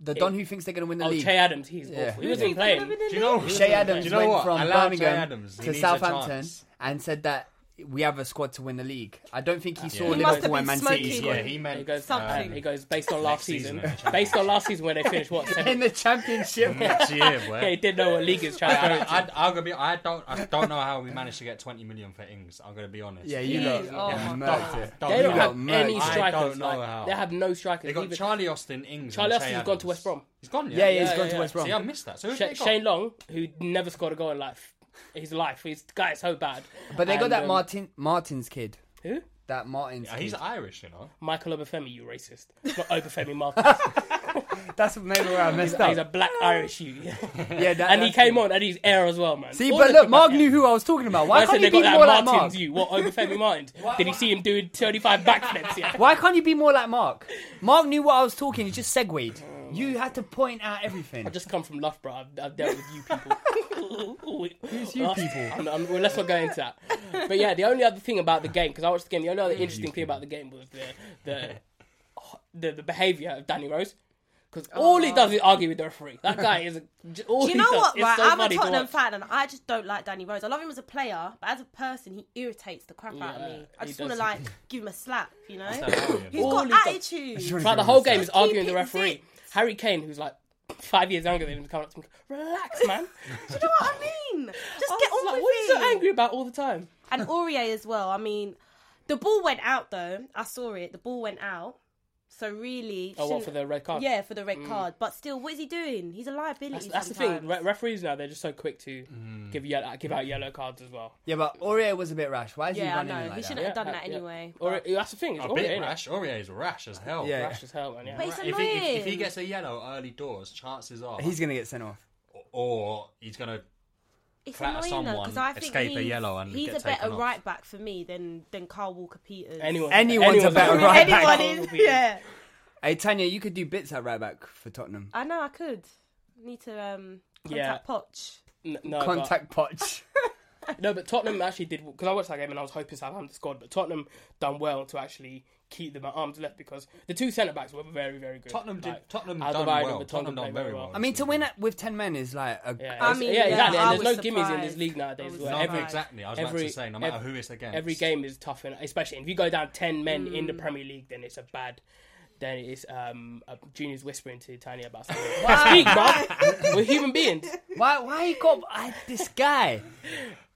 S4: The Don who thinks they're going to win the
S1: Oh,
S4: league.
S1: Che Adams, he's
S4: Yeah.
S1: awful. He wasn't playing.
S6: Do you know?
S4: Shay Adams
S6: Do you know
S4: went
S6: what?
S4: from
S6: Allow Che
S4: Birmingham
S6: Adams. He
S4: to
S6: needs a
S4: Southampton
S6: chance.
S4: and said that we have a squad to win the league. I don't think he saw
S6: He
S2: must
S4: Liverpool and Man
S2: have been
S4: City
S2: smoking.
S4: squad.
S6: Yeah, he meant. uh,
S1: He goes,
S2: Something.
S1: um, he goes based on last
S6: season,
S1: season,
S6: actually.
S1: based on last season when they finished what
S4: In
S1: seventh.
S4: the championship.
S6: Next year, boy.
S1: Yeah, he did know what league is trying to go
S6: I,
S1: to.
S6: I, I'm gonna be. I don't. I don't know how we managed to get 20 million for Ings. I'm gonna be honest.
S4: yeah, you
S2: Jeez,
S4: lot.
S2: oh
S4: yeah,
S2: my
S4: murked
S2: God.
S4: it.
S6: Don't know
S1: They
S4: You
S1: don't
S6: how.
S4: got
S1: have any
S4: murked.
S6: I
S1: strikers.
S6: don't know
S1: like,
S6: how.
S1: They have no strikers.
S6: They got
S1: Even
S6: Charlie Austin, Ings.
S1: Charlie
S6: and Che
S1: Austin's gone to
S6: Adams.
S1: West Brom.
S6: He's gone.
S4: Yeah, yeah,
S6: he's
S4: he's gone to West
S6: See, I
S4: Brom.
S6: missed that. So who's
S1: Sh- Shane Long, who never scored a goal in like his life, his guy is so bad.
S4: But they got
S1: And,
S4: that
S1: um,
S4: Martin Martin's kid.
S1: Who?
S4: That Martin's.
S6: Yeah, he's
S1: Hmm.
S4: kid.
S6: Irish, you know.
S1: Michael Obafemi, you racist. Not Obafemi Martin.
S4: That's maybe where I messed up.
S1: he's a black Irish you.
S4: yeah, that,
S1: and he
S4: that's-
S1: came on and he's air as well, man.
S4: See,
S1: All
S4: but
S1: the
S4: look,
S1: good
S4: Mark
S1: players.
S4: knew who I was talking about. Why
S1: I said
S4: can't you
S1: they
S4: be
S1: got
S4: more
S1: that
S4: like Mark?
S1: Martin's you. What Obafemi Martin? Did you see him doing 35 backflips? Yeah.
S4: Why can't you be more like Mark? Mark knew what I was talking. He just segued. You had to point out everything.
S1: I've just come from Loughborough. I've, I've dealt with you people. Who's
S4: you people?
S1: I'm, I'm, well, let's not go into that. But yeah, the only other thing about the game, because I watched the game, the only other interesting thing about the game was the the the, the behaviour of Danny Rose. Because all he does is argue with the referee. That guy is a-
S2: Oh,
S1: all
S2: Do you
S1: he
S2: know
S1: does.
S2: what?
S1: It's
S2: Right,
S1: so
S2: I'm a
S1: funny to
S2: Tottenham
S1: watch.
S2: fan, and I just don't like Danny Rose. I love him as a player, but as a person, he irritates the crap out of
S1: Yeah,
S2: me. I
S1: he
S2: just want
S1: does.
S2: to like give him a slap, you know?
S6: Italian.
S2: He's
S1: All
S2: got
S1: he does-
S2: attitude.
S1: Throughout the whole game, is
S2: Just keep
S1: arguing the
S2: it
S1: referee. Harry Kane, who's like five years younger than him, coming up to me, relax, man.
S2: Do you know what I mean? Just
S1: I
S2: get on
S1: was Oh, like,
S2: with
S1: what are you
S2: it.
S1: so angry about all the time?
S2: And Aurier as well. I mean, The ball went out though. I saw it. The ball went out. So really,
S1: Oh, what,
S2: shouldn't-
S1: for the red card?
S2: Yeah, for the red
S1: Mm.
S2: card. But still, what is he doing? He's a
S1: That's,
S2: liability.
S1: that's the
S2: sometimes.
S1: thing. Re- referees now they're just so quick to
S6: Mm.
S1: give yellow, give out yellow cards as well.
S4: Yeah, but Aurier was a bit rash. Why is
S2: Yeah, I
S4: he running
S2: know.
S4: like
S2: He
S4: that?
S2: shouldn't have done that anyway.
S1: Or that's the thing. It's
S6: A
S1: Aurier,
S6: bit
S1: innit?
S6: rash. Aurier's rash as hell.
S4: Yeah.
S1: Rash as hell, man. Yeah.
S2: But it's
S6: If he, if, if he
S2: annoying.
S6: gets a yellow early doors, chances are
S4: He's gonna get sent off.
S6: or he's gonna
S2: It's
S6: Clatter
S2: annoying though
S6: someone,
S2: because I think
S6: escape a
S2: he's,
S6: yellow and
S2: he's
S6: get
S2: a better
S6: taken off.
S2: right back for me than than Carl Walker Peters.
S1: Anyone,
S4: Anyone's a better
S1: I mean,
S4: right back.
S2: anyone is. Yeah,
S4: Hey Tanya, you could do bits at right back for Tottenham.
S2: I know. I could need to um
S1: Yeah.
S2: contact Poch.
S1: N- No, but-
S4: Contact Poch.
S1: No, but Tottenham actually did because I watched that game and I was hoping Southampton scored, but Tottenham done well to actually keep them at arm's length because the two centre backs were very, very good.
S6: Tottenham did- Tottenham
S1: Alderweireld
S6: done
S1: and
S6: well.
S1: Vertonghen
S6: Tottenham done
S1: played
S6: very well.
S4: I mean, to win at, with ten men is like a.
S1: yeah,
S2: I
S1: it's-
S2: mean,
S1: yeah,
S2: yeah,
S1: exactly.
S2: I
S1: and there's no
S2: was
S1: gimmies in this
S2: surprised.
S1: league
S2: I
S1: nowadays.
S2: was
S1: where
S6: no,
S1: every,
S6: exactly. I was about
S1: every-
S6: to say, no matter
S1: every-
S6: who it's against,
S1: every game is tough, and especially if you go down ten men in
S4: Hmm.
S1: the Premier League, then it's a bad. Then it's um, a junior's whispering to Tanya about something. Speak, bro. We're human beings.
S4: Why? Why he got I, this guy?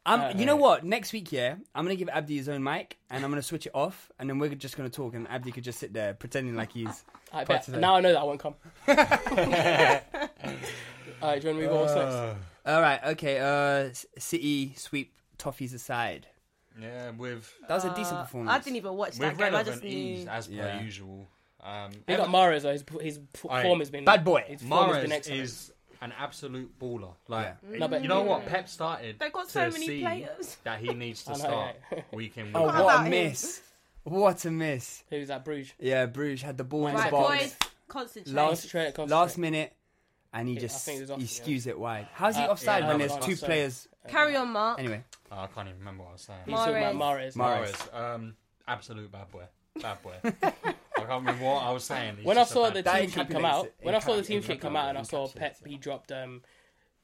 S4: Um, you know what? Next week, yeah, I'm gonna give Abdi his own mic, and I'm gonna switch it off, and then we're just gonna talk, and Abdi could just sit there pretending like he's.
S1: I
S4: part
S1: bet.
S4: of the-
S1: Now I know that I won't come. All right, do you want to move on? What's next?
S6: Uh,
S4: All right, okay. Uh, C- City sweep toffees aside.
S6: yeah, with
S4: That was a decent performance.
S2: Uh, I didn't even watch that
S6: with
S2: game. I just
S6: relevant
S2: knew.
S6: ease as per
S4: Yeah.
S6: usual. Um,
S1: Big up
S6: Ever-
S1: Mahrez, though. His, his p-
S6: Aye.
S1: form has been
S4: Bad boy.
S1: His form has been
S6: Mahrez
S1: excellent.
S6: is an absolute baller. Like
S1: No, but-
S6: you know what Pep started.
S2: They've got
S6: to
S2: so many
S6: see
S2: players.
S6: that he needs to
S1: I know,
S6: start
S1: yeah.
S6: week in week
S4: Oh,
S6: out.
S4: what
S2: about
S4: a
S2: him?
S4: miss! What a miss!
S1: Who's that? Bruges.
S4: Yeah, Bruges had the ball in the
S2: Right,
S4: box.
S2: boys, concentrate.
S4: last
S1: Concentrate, concentrate.
S4: last minute, and he
S1: Yeah, I
S4: just
S1: think it was off,
S4: he
S1: yeah.
S4: skews it wide. How's he
S6: Uh,
S4: offside
S6: yeah,
S4: when
S6: that
S4: there's
S6: was
S4: two
S1: offside.
S4: players?
S2: Carry on, Mark.
S4: Anyway,
S6: Oh, I can't even remember what I was saying.
S1: He's talking about
S2: Mahrez.
S1: Mahrez.
S4: Mahrez.
S6: Mahrez, um, absolute bad boy. Bad boy. I can't remember what I was saying. He's
S1: When I
S6: just a
S1: saw
S6: bad
S1: the
S6: boy.
S1: team
S4: That
S1: sheet come
S4: encapsulates
S1: out,
S4: it.
S1: when I saw the
S4: Encapsulates
S1: teame
S4: it.
S1: sheet come out and I saw
S4: Encapsulates
S1: Pep,
S4: it.
S1: he dropped um,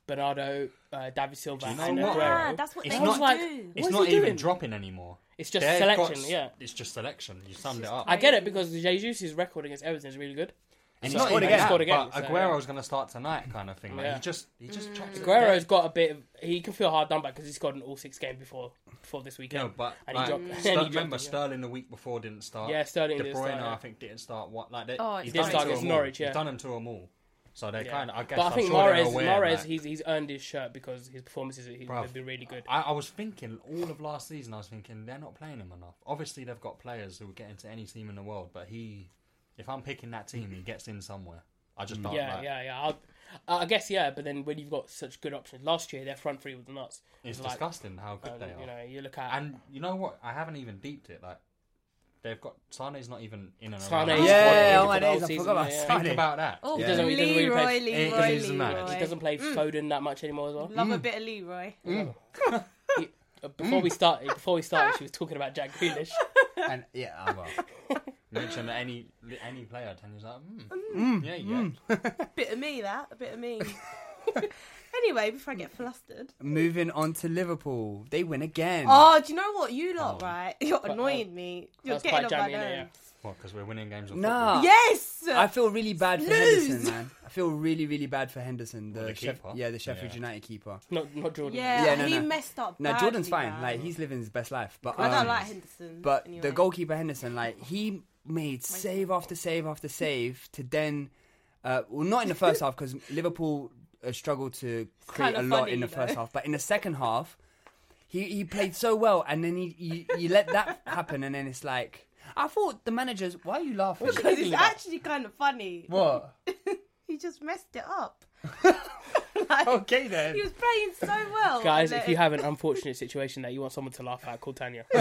S1: Bernardo, uh, David Silva,
S6: You know
S1: and
S6: what?
S2: Ah,
S1: Aguero.
S2: that's what
S6: It's
S2: they
S6: not
S2: do.
S1: like-
S6: It's
S1: What is
S6: not
S1: he
S6: even
S1: doing?
S6: dropping anymore.
S1: It's just
S6: They've got
S1: selection,
S6: s-
S1: yeah.
S6: It's just selection. You summed it
S2: just
S6: up.
S1: I get it because Jesus' record against Everton is really good.
S4: and
S6: It's not
S4: scored
S6: even
S4: again.
S6: that,
S1: scored again,
S6: But
S1: so,
S6: Aguero's going to start tonight, kind of thing. Like,
S1: Yeah.
S6: He just, he just chops it down.
S1: Aguero's got a bit of. He can feel hard done by because he scored in all six games before before this weekend.
S6: No, but
S1: and
S6: like,
S1: he dropped.
S6: Ster-
S1: and he
S6: remember
S1: dropped it, yeah.
S6: Sterling the week before didn't start.
S1: Yeah, Sterling
S6: De Bruyne,
S1: didn't start, yeah.
S6: I think didn't start. What like they,
S2: Oh,
S6: he's
S2: he didn't
S6: done
S2: start
S6: it to
S1: against
S6: them all.
S1: Norwich, yeah.
S6: He's done them to them all. So they
S1: Yeah.
S6: kind of. I guess.
S1: but I
S6: I'm
S1: think
S6: sure they're
S1: Mahrez,
S6: aware,
S1: Mahrez,
S6: like,
S1: he's he's earned his shirt because his performances he's
S6: Bruv.
S1: been really good.
S6: I, I was thinking all of last season. I was thinking they're not playing him enough. Obviously, they've got players who will get into any team in the world, but he, if I'm picking that team, he gets in somewhere. I just don't
S1: Mm. Yeah,
S6: like.
S1: yeah, yeah. I'll, I guess yeah, but then when you've got such good options, last year their front three was nuts. It
S6: It's
S1: was like,
S6: disgusting how good
S1: um,
S6: they are.
S1: you know, you look at
S6: And you know what? I haven't even deeped it. Like they've got Sane's not even in and
S1: Sane.
S6: around. the
S1: Yeah,
S6: squad
S4: Yeah,
S6: anymore.
S4: oh my
S1: Whole
S4: days, I
S1: season,
S4: forgot about
S1: yeah.
S4: Sane.
S6: Think about that.
S2: Oh,
S1: He doesn't- he doesn't really
S2: Leroy,
S1: play-
S2: Leroy,
S6: It is mad.
S2: Leroy.
S1: he doesn't play Mm. Foden that much anymore as well.
S2: Love a bit of Leroy.
S1: He- uh, before we started, before we started, she was talking about Jack Grealish.
S4: And yeah, ah, well.
S6: Mention any any player, Tanya's like, mm, yeah, yeah.
S2: bit of me, that. A bit of me. anyway, before I get flustered.
S4: moving on to Liverpool, they win again.
S2: Oh, do you know what? You lot, right? You're annoying me. You're
S1: That's quite
S2: getting on my
S1: jammy, innit,
S2: nerves.
S6: What? Because we're winning games. Of
S4: Nah.
S6: football.
S2: Yes!
S4: I feel really bad for
S2: Lose.
S4: Henderson, man. I feel really, really bad for Henderson, the,
S6: the
S4: Shef-
S6: keeper?
S4: yeah, the Sheffield
S6: Yeah.
S4: United keeper.
S1: Not not Jordan.
S2: yeah,
S4: Yeah, no,
S2: he
S4: no.
S2: messed up.
S4: Now Jordan's
S2: badly,
S4: fine,
S2: man.
S4: like he's living his best life. But
S2: I
S4: um,
S2: don't like Henderson.
S4: But
S2: anyway.
S4: the goalkeeper Henderson, like he made save after save after save to then, uh, well, not in the first half because Liverpool uh, struggled to create
S2: kinda
S4: a lot
S2: funny,
S4: in the
S2: though.
S4: first half, but in the second half, he he played so well, and then he you, you let that happen, and then it's like I thought the managers, why are you laughing?
S2: Because it's actually kind of funny.
S4: what?
S2: He just messed it up.
S4: Okay then.
S2: He was playing so well.
S1: Guys,
S2: and
S1: if you
S2: then-
S1: have an unfortunate situation that you want someone to laugh at, call Tanya.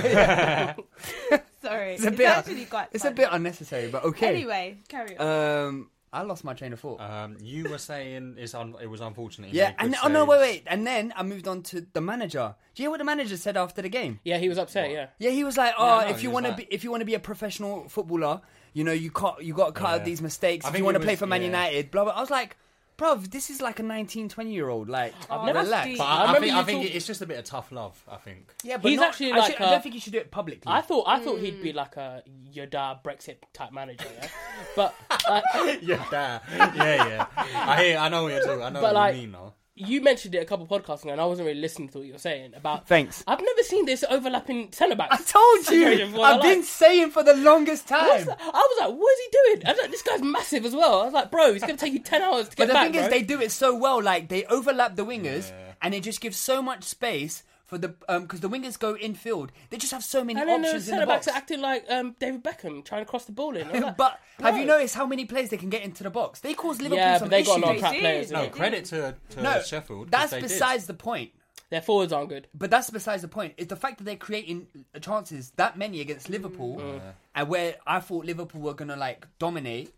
S2: Sorry.
S4: It's a bit.
S2: actually quite
S4: it's a
S2: funny.
S4: bit unnecessary, but okay.
S2: Anyway, carry
S1: Uh,
S2: on.
S4: um, I lost my train of thought.
S6: Um, you were saying it's un- it was unfortunate. he
S4: yeah,
S6: made good
S4: and oh no,
S6: saves.
S4: wait, wait, and then I moved on to the manager. Do you hear what the manager said after the game?
S1: Yeah, he was upset. Yeah,
S4: Yeah, he was like, "Oh,
S6: no,
S4: if
S6: he
S4: you
S6: was
S4: want to
S6: like-
S4: be, if you want to be a professional footballer, you know, you can't, you got to cut out
S6: Yeah.
S4: these mistakes.
S6: I
S4: If
S6: think
S4: you
S6: he
S4: want to
S6: was-
S4: play for Man
S6: yeah.
S4: United, blah blah." I was like, "Bruv, this is like a 19, 20 year old. Like,
S1: never
S4: relax."
S2: seen-
S6: But
S1: I
S6: I, I
S1: remember
S6: think,
S1: you
S6: I think
S1: talk-
S6: it's just a bit of tough love. I think.
S4: Yeah,
S1: He's actually
S4: I, should-
S1: like
S4: I
S1: a-
S4: don't think you should do it publicly.
S1: I thought I thought he'd be
S2: Hmm.
S1: like a Yoda Brexit type manager. Yeah? but uh, like,
S6: yeah, yeah, yeah. I hear, I know what you're talking. I know
S1: But
S6: what
S1: like-
S6: you mean. Though.
S1: you mentioned it a couple podcasts ago, and I wasn't really listening to what you were saying about.
S4: Thanks.
S1: I've never seen this overlapping centre back.
S4: I told
S1: situation
S4: you.
S1: before in my
S4: I've been
S1: life.
S4: saying for the longest time.
S1: I was like, what is he doing? I was like, this guy's massive as well. I was like, bro, it's gonna take you ten hours to
S4: But
S1: get
S4: the
S1: back.
S4: thing is,
S1: bro.
S4: they do it so well. Like they overlap the wingers, and it just gives so much space for the um because the wingers go infield. They just have so many
S1: and then uh, the
S4: options in the
S1: centre backs
S4: box.
S1: are acting like um, David Beckham trying to cross the ball in. I was like,
S4: but have you
S1: bro.
S4: noticed how many players they can get into the box? They cause Liverpool
S1: Yeah,
S4: some
S1: but they
S4: issues.
S1: got a lot of crap
S2: They do,
S1: players.
S2: they
S6: No
S1: No,
S2: do.
S6: credit to, to
S4: no,
S6: Sheffield. 'cause
S4: that's
S6: they did.
S4: besides the point.
S1: their forwards aren't good.
S4: But that's besides the point. It's the fact that they're creating chances that many against Liverpool,
S1: Mm.
S4: and where I thought Liverpool were gonna like dominate.
S6: Do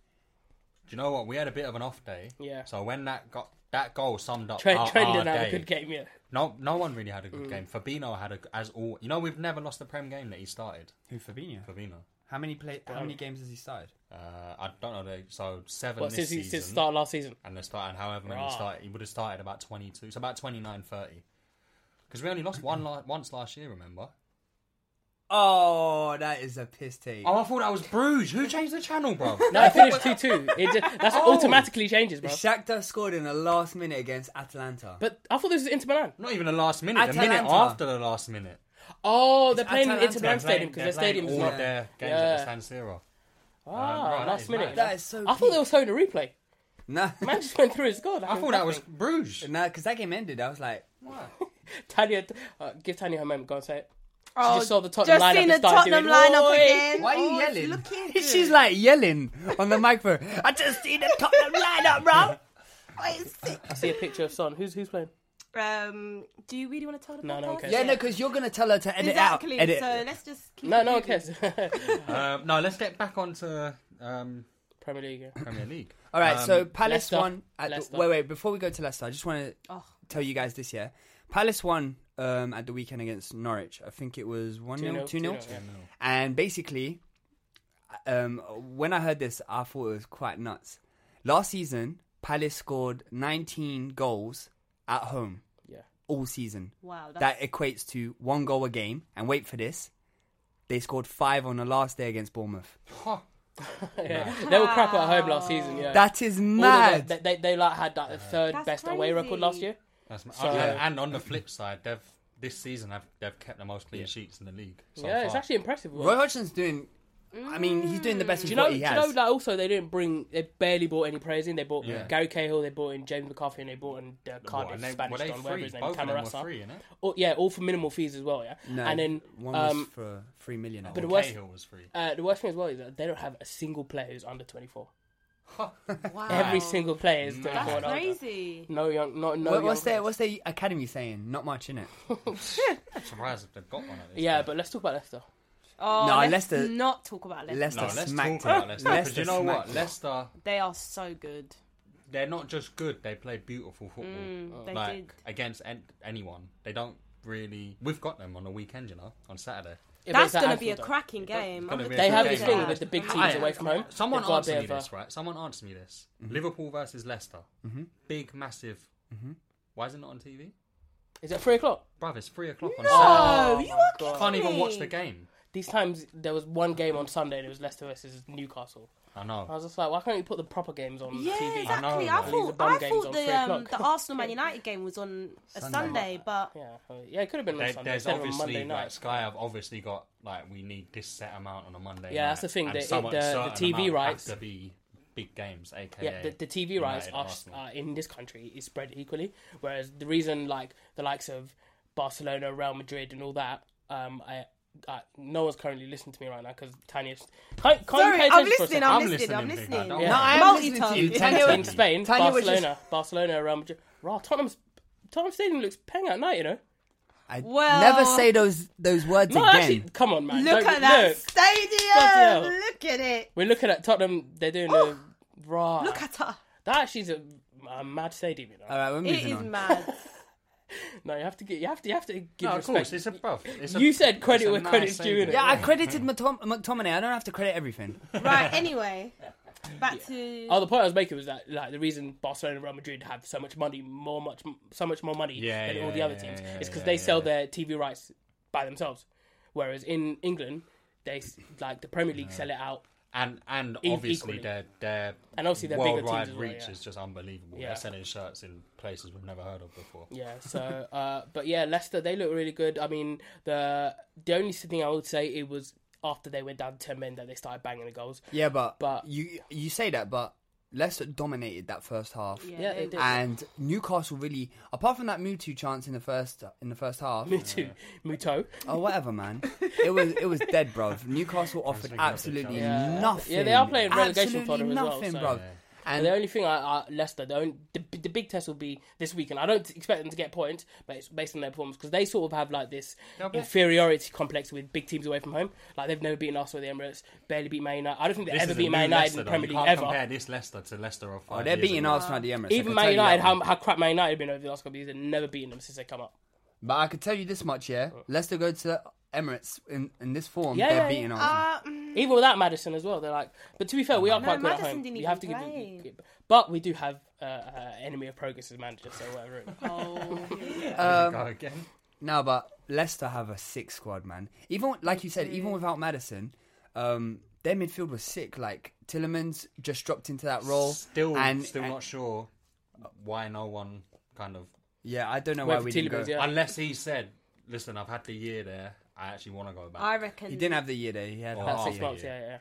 S6: you know what? We had a bit of an off day.
S1: Yeah.
S6: So when that got that goal summed up,
S1: Trent,
S6: our,
S1: Trent
S6: our
S1: didn't have
S6: day,
S1: a good game yet.
S6: No, no one really had a good game. Fabino had a as all. You know, we've never lost the Prem game that he started.
S4: Who Fabinho?
S6: Fabino.
S4: How many play? How many games has he started?
S6: Uh, I don't know. They, so seven
S1: Well,
S6: this
S1: since he
S6: season.
S1: since the start of last season.
S6: and they started however many
S1: Right.
S6: he started. He would have started about twenty two. So about 29, 30. Because we only lost one la- once last year. Remember?
S4: Oh, that is a piss take.
S6: Oh, I thought that was Bruges. Who changed the channel, bro?
S1: No, it finished two two. It just, that's
S6: Oh.
S1: automatically changes, bro.
S4: Shakhtar scored in the last minute against Atalanta.
S1: But I thought this was Inter Milan.
S6: Not even the last minute. The minute
S4: Atalanta.
S6: after the last minute.
S1: Oh, they're playing in
S4: Atalanta.
S1: Inter
S4: They're
S1: Milan
S4: playing-
S1: Stadium because their
S6: playing
S1: stadium's
S6: all
S1: not
S6: of their games
S1: Yeah.
S6: at the San Siro.
S1: Ah,
S6: right, that
S1: last
S6: is
S1: minute.
S6: mad.
S4: That is so
S1: I thought they were showing a replay.
S4: nah,
S1: Man just went through his goal.
S6: I thought that was Bruges.
S4: nah, because that game ended. I was like,
S1: Tanya. Uh, give Tanya her moment. Go and say it.
S2: Oh,
S1: just saw the Tottenham
S2: just
S1: lineup
S2: seen
S1: and
S2: the
S1: started
S2: Tottenham
S1: doing,
S2: lineup
S1: "Oi."
S2: again.
S4: why are you
S2: Oh, it's
S4: yelling?
S2: looking
S4: She's
S2: good.
S4: like yelling on the microphone. I just see the Tottenham lineup, bro.
S2: Oh, it's sick.
S1: I see a picture of Son. Who's who's playing?
S2: Um, do you really want to tell the
S1: No, no one
S2: podcast?
S1: cares.
S4: Yeah, no, because you're gonna tell her to edit
S2: exactly.
S4: out. Edit.
S2: So let's just keep
S1: No,
S2: it
S1: no one
S2: moving.
S1: cares.
S6: Um, no, let's get back onto um,
S1: Premier League. yeah.
S6: Premier League.
S1: Oh.
S4: All right, so Palace
S1: Um, Leicester.
S4: won. At
S1: Leicester.
S4: The, wait, wait. Before we go to Leicester, I just want to tell you guys this year. Palace won um, at the weekend against Norwich. I think it was one 0
S1: 2-0,
S4: two 0
S1: 2-0, yeah.
S4: And basically, um, when I heard this, I thought it was quite nuts. Last season, Palace scored 19 goals at home
S1: Yeah.
S4: all season.
S2: Wow, that's-
S4: That equates to one goal a game. And wait for this, they scored five on the last day against Bournemouth.
S1: Yeah. They were crap at home last season. Yeah.
S4: That is
S1: Uh, All of their-
S4: mad.
S1: They, they, they like had that third
S2: That's
S1: best away record
S2: crazy.
S1: last year.
S6: That's my,
S1: So-
S6: and, and on the flip side, they've this season have they've kept the most clean sheets in the league. So
S1: yeah,
S6: far.
S1: it's actually impressive. Well,
S4: Roy Hodgson's doing. I mean, he's doing the best with
S1: Do you know?
S4: what
S1: Do
S4: he
S1: you
S4: has.
S1: know? Like also, they didn't bring. They barely bought any players in. They bought
S6: Yeah.
S1: Gary Cahill. They bought in James McCarthy, and they bought in uh,
S6: What,
S1: Cardiff
S6: and they, were
S1: Spanish
S6: they
S1: Don, whatever
S6: free?
S1: his name,
S6: Both of them were
S1: Camarasa.
S6: free, innit?
S1: All- yeah, all for minimal fees as well. Yeah, and then
S4: one was
S1: um,
S4: for three million. I
S1: but
S4: think.
S1: it was-
S6: Cahill was free.
S1: uh, the worst thing as well is that they don't have a single player who's under twenty four.
S2: Wow.
S1: Every single player is twenty four.
S2: That's crazy.
S1: No young, not no.
S4: What- what's
S1: young
S4: their what's their academy saying? Not much in it.
S6: I'm surprised if they've got one at this.
S1: Yeah,
S6: point.
S1: but let's talk about Leicester.
S2: Oh,
S4: No,
S2: let's
S4: Leicester-
S2: not talk about Leicester.
S4: Leicester
S6: no, let's
S4: smacked
S6: talk about
S4: it.
S6: Leicester. Because you know
S4: smacked
S6: what,
S4: it.
S6: Leicester,
S2: They are so good.
S6: they're not just good; they play beautiful football.
S1: Mm,
S6: Oh.
S2: they
S6: like
S2: did.
S6: against an- anyone, they don't really. We've got them on a weekend, you know, on Saturday.
S1: Yeah, but
S2: That's
S1: it's at
S2: going to be a
S1: Anfield, though.
S2: cracking game.
S6: gonna
S2: I'm
S6: be a
S1: They have
S2: looking
S1: this
S2: forward
S6: cracking
S1: thing
S6: game.
S2: to
S1: with the
S2: that. Oh,
S1: big
S6: I-
S1: teams away from home.
S6: Someone
S1: They've got a
S6: answer
S1: bit
S6: me
S1: of a-
S6: this, right? Someone answer me this. Liverpool versus Leicester. Big, massive. Why is it not on TV?
S1: Is it three o'clock?
S6: Bruv, it's three o'clock on Saturday.
S2: Oh, you are kidding
S6: I can't even watch
S2: me.
S6: the game.
S1: These times there was one game on Sunday and it was Leicester versus Newcastle.
S6: I
S1: I
S6: know.
S1: was just like, why can't you put the proper games on
S2: Yeah,
S1: TV?
S2: exactly.
S6: know,
S2: I,
S6: man.
S1: These are
S2: thought
S1: bum
S2: I
S1: games
S2: thought
S1: on
S2: the
S1: three
S2: um,
S1: o'clock.
S2: the Arsenal Man United game was on a Sunday, but
S1: Yeah, uh, yeah, it could have been on
S6: There,
S1: Sunday
S6: there's
S1: instead of on
S6: obviously
S1: Monday night.
S6: like Sky have obviously got like we need this set amount on a Monday.
S1: Yeah,
S6: night,
S1: that's the thing,
S6: and
S1: the-
S6: someone-
S1: the- the
S6: certain
S1: TV
S6: amount
S1: rights-
S6: have to be big games, aka
S1: yeah, the, the TV rights
S6: United,
S1: are,
S6: Arsenal.
S1: are in this country is spread equally. Whereas the reason like the likes of Barcelona, Real Madrid, and all that, um, I, I no one's currently listening to me right now because Tanya's can't, can't you
S2: sorry,
S1: pay
S2: I'm
S1: attention for a
S2: listening.
S1: second?
S2: I'm
S6: I'm
S2: listening. I'm
S6: listening,
S2: listening.
S6: Vivian.
S1: Yeah. No, I
S4: am listening to you.
S2: Multitasking.
S4: Tanya
S1: in Spain,
S4: Tanya was
S1: Barcelona, Barcelona, Real Madrid. Rah, Tottenham's Tottenham Stadium looks peng at night, you know.
S4: I
S2: Well-
S4: never say those those words
S1: No,
S4: again.
S1: actually, come on, man.
S2: Look
S1: Don't-
S2: at that
S1: look.
S2: stadium.
S1: Bloody hell.
S2: Look at it.
S1: We're looking at Tottenham. They're doing
S2: Oh.
S1: a raw.
S2: Look at her.
S1: that. Actually, is a, a mad stadium, you know.
S6: Oh.
S4: All right, we're
S2: It
S4: moving
S2: is
S4: on.
S2: mad.
S1: no, you have to get. You have to. You have to give
S6: No, of
S1: respect.
S6: course, it's a bruv. It's a-
S1: you said credit
S6: it's a
S1: where
S6: nice
S1: credit's due.
S6: stadium.
S1: innit?
S4: Yeah, I credited McTom- McTominay. I don't have to credit everything.
S2: right. Anyway, back to
S1: Oh, the point I was making was that like the reason Barcelona and Real Madrid have so much money, more much, so much more money
S6: Yeah,
S1: than
S6: yeah,
S1: all the other
S6: yeah,
S1: teams,
S6: yeah,
S1: is because
S6: yeah,
S1: they
S6: yeah,
S1: sell
S6: yeah.
S1: their TV rights by themselves. Whereas in England, they s- like the Premier League sell it out
S6: and and
S1: E-
S6: obviously
S1: equally.
S6: their their
S1: And obviously they're bigger teams
S6: worldwide
S1: as well,
S6: reach
S1: yeah.
S6: is just unbelievable.
S1: Yeah.
S6: They're selling shirts in places we've never heard of before.
S1: Yeah. So, uh, but yeah, Leicester they look really good. I mean, the the only thing I would say it was after they went down ten men that they started banging the goals.
S4: Yeah, but,
S1: But-
S4: you you say that, but Leicester dominated that first half.
S1: Yeah, they did.
S4: And Newcastle really, apart from that Mutu chance in the first in the first half,
S1: Mutu, Muto.
S4: oh whatever, man, it was it was dead, bruv. Newcastle offered absolutely
S1: Yeah.
S4: nothing.
S1: Yeah, they are playing relegation
S4: absolutely
S1: fodder as well,
S4: nothing, Oh,
S1: so-
S4: bruv.
S1: Yeah. And
S4: And
S1: the only thing I, I Leicester, the, only, the the big test will be this weekend. I don't expect them to get points, but it's based on their performance because they sort of have like this
S6: bet.
S1: inferiority complex with big teams away from home. Like they've never beaten Arsenal at the Emirates, barely beat Man United. I don't think they
S6: This
S1: ever
S6: is a
S1: beat
S6: new
S1: Man United in
S6: Leicester,
S1: the
S6: though.
S1: Premier
S6: you
S1: League
S6: can't
S1: ever.
S6: compare this Leicester to Leicester of five
S4: oh, they're
S6: years
S4: beating
S6: ago.
S4: Arsenal at the Emirates. I
S1: Even
S4: can
S1: Man
S4: tell you that
S1: United,
S4: one.
S1: how, how crap Man United have been over the last couple of years, they've never beaten them since they come up.
S4: But I could tell you this much, yeah. Leicester go to Emirates in, in this form,
S1: Yeah,
S4: they're
S1: yeah,
S4: beating
S1: yeah.
S4: Arsenal.
S1: Even without Madison as well, they're like. But to be fair, we are
S2: No,
S1: quite good
S2: Maddison
S1: at home.
S2: didn't
S1: you
S2: even
S1: have to
S2: play.
S1: give them, but we do have uh, uh, enemy of progress as manager, so whatever. It
S6: Oh.
S1: is.
S6: There we go again.
S4: No, but Leicester have a sick squad, man. Even like you said, even without Madison, um, their midfield was sick. Like Tillemans just dropped into that role,
S6: Still,
S4: and
S6: still
S4: and-
S6: not sure why no one kind of
S4: Yeah, I don't know
S1: Wait
S4: why
S1: for
S4: we didn't go.
S1: Tielemans, yeah.
S6: unless he said, "Listen, I've had the year there. I actually want to go back."
S2: I reckon.
S4: He didn't have the year there. He had
S6: Oh,
S4: half
S6: half
S4: a
S1: Six
S4: year.
S6: a
S1: months, yeah, yeah.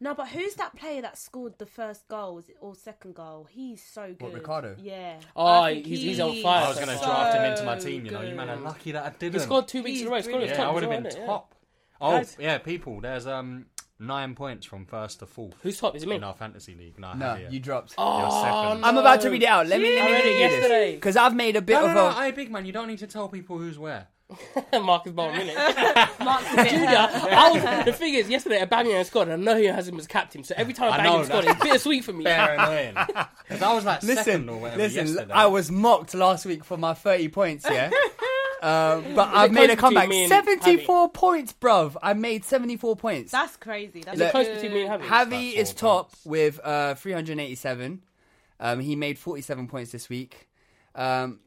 S2: No, but who's that player that scored the first goal Was it- or second goal? He's so good.
S4: Ricardo?
S2: Yeah.
S1: Oh,
S2: I think
S1: he's- he's on fire.
S6: I was going to
S1: So
S6: draft him into my team. You know, you man are lucky that I didn't.
S1: He scored two weeks
S2: He's
S1: in a row. he Scored his
S6: Yeah, I
S1: top
S6: would have
S1: as well,
S6: been
S1: innit? Yeah.
S6: top. Oh
S1: Guys-
S6: yeah, people. There's um nine points from first to fourth.
S1: Who's top? Is it me?
S6: in our fantasy league? No, I
S4: No,
S6: have it.
S4: you dropped.
S6: You're second.
S4: I'm about to read it out. Let me let me
S1: I read
S4: read
S1: it Oh. yesterday.
S4: because I've made a bit
S6: No,
S4: of
S6: no, no,
S4: a.
S6: hey, big man, you don't need to tell people who's where.
S1: Marcus Bowen, innit?
S2: Mark's a bit
S1: Yeah, I was, the thing is, yesterday Aubameyang scored, and I know he hasn't was captain, so every time
S6: I know,
S1: Aubameyang scored,
S6: that's
S1: it's bittersweet for me.
S6: Fair annoying. 'Cause I was like second or
S4: Listen,
S6: whatever
S4: listen.
S6: yesterday.
S4: I was mocked last week for my 30 points, yeah. Uh, but I've
S1: it
S4: made a
S1: close between
S4: comeback.
S1: me and
S4: 74 points, bruv. I made 74 points.
S2: That's crazy. That's
S1: Is it
S4: Look,
S1: close between me and Javi?
S4: Javi
S6: four
S4: is top
S6: points.
S4: with uh, 387. Um, he made 47 points this week. Um,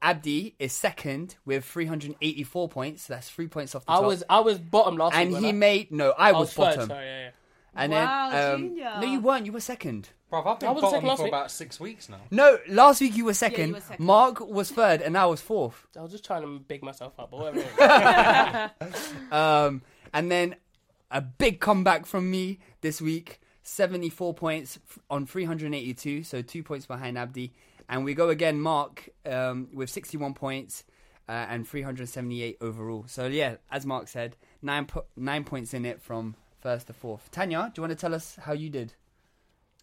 S4: Abdi is second with 384 points. So that's three points off the
S1: I
S4: top.
S1: was I was bottom last
S4: and
S1: week.
S4: he
S1: wasn't I?
S4: made no. I
S1: I
S4: was
S1: was
S4: bottom.
S1: third. Sorry, yeah, yeah.
S4: And
S2: Wow,
S4: then um,
S2: Junior.
S4: no, you weren't. You were second.
S6: Bruv, I've been
S1: I was
S6: bottom
S1: second last
S6: for
S1: week.
S6: about six weeks now.
S4: No, last week you were second.
S2: were second.
S4: Mark was third, and I was fourth.
S1: I was just trying to big myself up, or whatever. it is.
S4: Um, and then a big comeback from me this week. 74 points f- on 382, so two points behind Abdi. And we go again, Mark, um, with 61 points uh, and 378 overall. So, yeah, as Mark said, nine, po- nine points in it from first to fourth. Tanya, do you want to tell us how you did?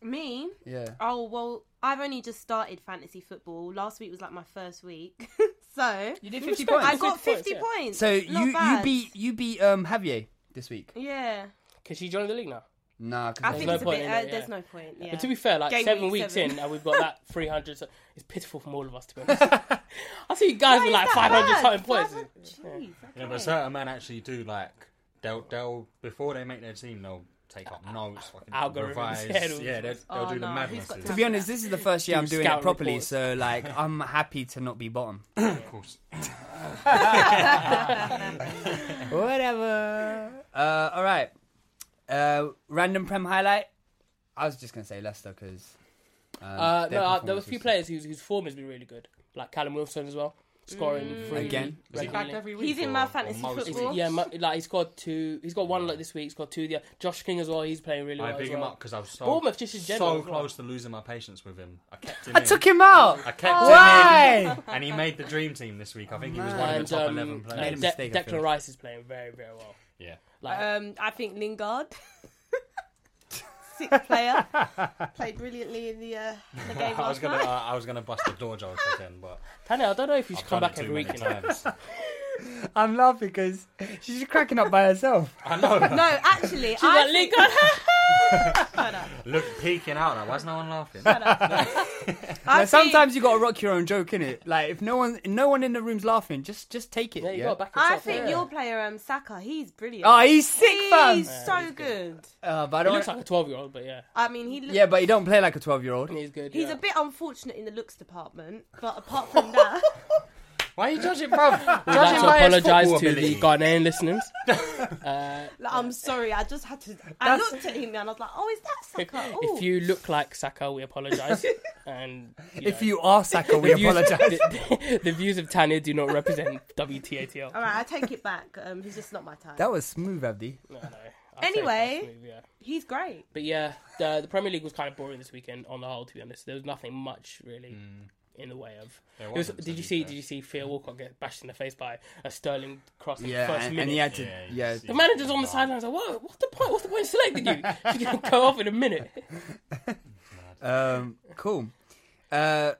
S2: Me?
S4: Yeah.
S2: Oh well, I've only just started fantasy football. Last week was like my first week, so
S4: You did 50
S2: I got
S1: 50
S2: fifty points.
S1: points,
S4: So,
S2: Not
S4: you, you
S2: bad.
S4: beat, you beat um, Javier this week?
S2: Yeah,
S1: Can she join the league now?
S4: Nah, 'cause
S2: I
S4: they-
S2: think
S1: no
S2: it's a
S1: point
S2: bit.
S1: in
S2: Uh,
S1: that, yeah.
S2: There's no point. Yeah.
S1: And to be fair, like
S2: Game
S1: seven
S2: week
S1: weeks
S2: seven.
S1: in, and we've got that 300. So it's pitiful from all of us, to be honest. I see you
S2: Oh,
S1: guys with like 500 something points.
S2: Jeez,
S6: Yeah, but certain men actually do like they'll they'll before they make their team they'll take up notes, fucking
S1: Algorithms,
S6: revise.
S1: yeah, they'll-
S6: Yeah, they'll, they'll
S2: Oh,
S6: do the
S2: no,
S6: madness.
S2: who's got
S4: to
S2: time?
S4: be honest, this is the first year I'm doing it
S1: scout
S4: properly,
S1: reports.
S4: so like I'm happy to not be bottom.
S6: Of course.
S4: Whatever. Uh, all right. Uh, random prem highlight. I was just gonna say Leicester because. Um,
S1: Uh,
S4: their
S1: no, uh,
S4: performance
S1: there were a few
S4: was-
S1: players whose, whose form has been really good, like Callum Wilson as well, scoring
S2: Mm.
S1: three
S4: Again?
S6: Is he back every week?
S2: He's in
S1: Oh,
S6: or-
S2: my
S6: or
S2: fantasy
S6: most
S2: football.
S6: weeks?
S1: Yeah, mu- like he's got two. He's got one like this week. He's got two the other. Josh King as well. He's playing really
S6: I
S1: well.
S6: big
S1: as
S6: him
S1: well.
S6: up because I was so
S1: Bournemouth just in general
S6: so
S1: as well.
S6: close to losing my patience with him. I kept him.
S4: I
S6: in.
S4: took him out.
S6: I kept him
S4: Why?
S6: in, and he made the dream team this week. I think he was one of
S1: And
S6: the top
S1: um,
S6: eleven
S1: uh,
S6: players.
S1: De-
S4: mistake, I
S1: Declan
S4: think.
S1: Rice is playing very very well.
S6: Yeah,
S1: Like
S2: Um, I think Lingard, sick player, played brilliantly in the, uh, in the game
S6: I was
S2: last
S6: gonna
S2: night.
S6: uh, I was gonna bust the door joke again, but
S1: Tanya, I don't know if you should
S6: I've
S1: come
S6: done
S1: back
S6: it too
S1: every week.
S6: many
S1: You know?
S6: times.
S4: I'm laughing because she's just cracking up by herself.
S6: I know.
S2: No, actually, I
S1: Like,
S2: think-
S1: Lingard,
S6: Look, peeking out. Like, why's no one laughing?
S2: I
S4: Now,
S2: think-
S4: sometimes you gotta rock your own joke, innit? Like if no one, no one in the room's laughing, just just take it.
S1: yeah, you got back
S2: I
S1: yourself.
S2: think
S1: yeah.
S2: your player, um, Saka, he's brilliant.
S4: Oh, he's sick, fam.
S2: He's so good.
S4: Uh, but I
S1: He
S4: don't.
S1: looks like a twelve-year-old, but yeah,
S2: I mean, he looks.
S4: yeah, but he don't play like a twelve-year-old.
S1: he's good.
S2: He's
S1: yeah.
S2: a bit unfortunate in the looks department, but apart from that,
S6: Why are you judging, bro? Judging
S1: We'd like to
S6: by his
S1: apologise
S6: football
S1: to
S6: ability.
S1: the Ghanaian listeners. Uh,
S2: Like, I'm sorry, I just had to. I looked at him and I was like, "Oh, is that sucker?" Oh,
S1: if you look like Saka, we apologise. and
S4: If you are Saka, we
S1: the views-
S4: apologise.
S1: the, the views of Tanya do not represent WTATL.
S2: all right, I take it back. Um, he's just not my type.
S4: That was smooth, Abdi.
S1: No, no, I'll take
S2: Anyway.
S1: that smooth, yeah.
S2: he's great.
S1: But yeah, the, the Premier League was kind of boring this weekend on the whole. To be honest, there was nothing much really
S4: Mm.
S1: in the way of.
S6: There
S1: It was,
S6: wasn't, to
S1: did
S6: be
S1: you see?
S6: fair.
S1: Did you see Phil Walcott get bashed in the face by a Sterling cross in the
S4: Yeah,
S1: first
S4: and,
S1: minute?
S4: and he had to.
S6: Yeah, you
S4: Yeah,
S6: see.
S1: the manager's on the sidelines like, "What? What's the point? What's the point of selecting you? She's gonna go off in a minute."
S4: um, cool. Uh,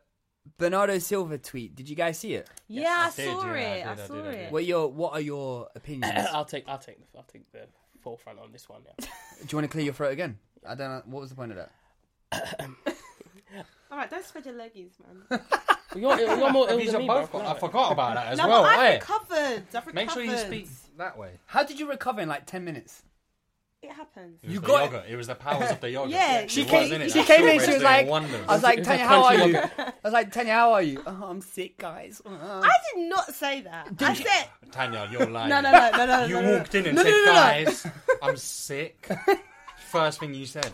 S4: Bernardo Silva tweet. Did you guys see it?
S2: yeah, I,
S6: I did,
S2: saw it.
S6: yeah, I did,
S2: I,
S6: I did,
S2: saw
S6: I
S2: it.
S6: did.
S4: What are your What are your opinions?
S1: I'll take, I'll take, the, I'll take the forefront on this one. Yeah.
S4: Do you want to clear your throat again? I don't. know. What was the point of that?
S2: All right, don't spread your leggings, man.
S1: You're, you're more ill
S6: These
S1: than
S6: are
S1: me,
S6: both.
S1: bro.
S6: got- I forgot about that as
S2: no,
S6: well.
S2: but I've
S6: eh?
S2: recovered. I've recovered.
S6: Make sure you speak that way.
S4: How did you recover in like ten minutes?
S2: It happens.
S6: It was
S4: You
S6: the
S4: got it.
S6: yoga. It was the powers of the yoga.
S2: Yeah,
S6: It
S2: She
S6: was,
S4: came-
S6: innit?
S4: she
S6: That
S4: came in,
S6: yoga is
S4: she was
S6: doing
S4: like-
S6: wonders.
S4: I was like,
S1: It's
S4: Tanya,
S1: like
S4: how are
S1: crunchy
S4: you?
S1: yogurt.
S4: I was like, Tanya, how are you? Oh, I'm sick, guys. Uh.
S2: I did not say that. I said
S6: Tanya, you're lying.
S2: no, no, no, no, no.
S6: You
S2: no, no,
S6: walked in and
S2: No,
S6: said,
S2: no, no, no.
S6: guys, I'm sick. First thing you said.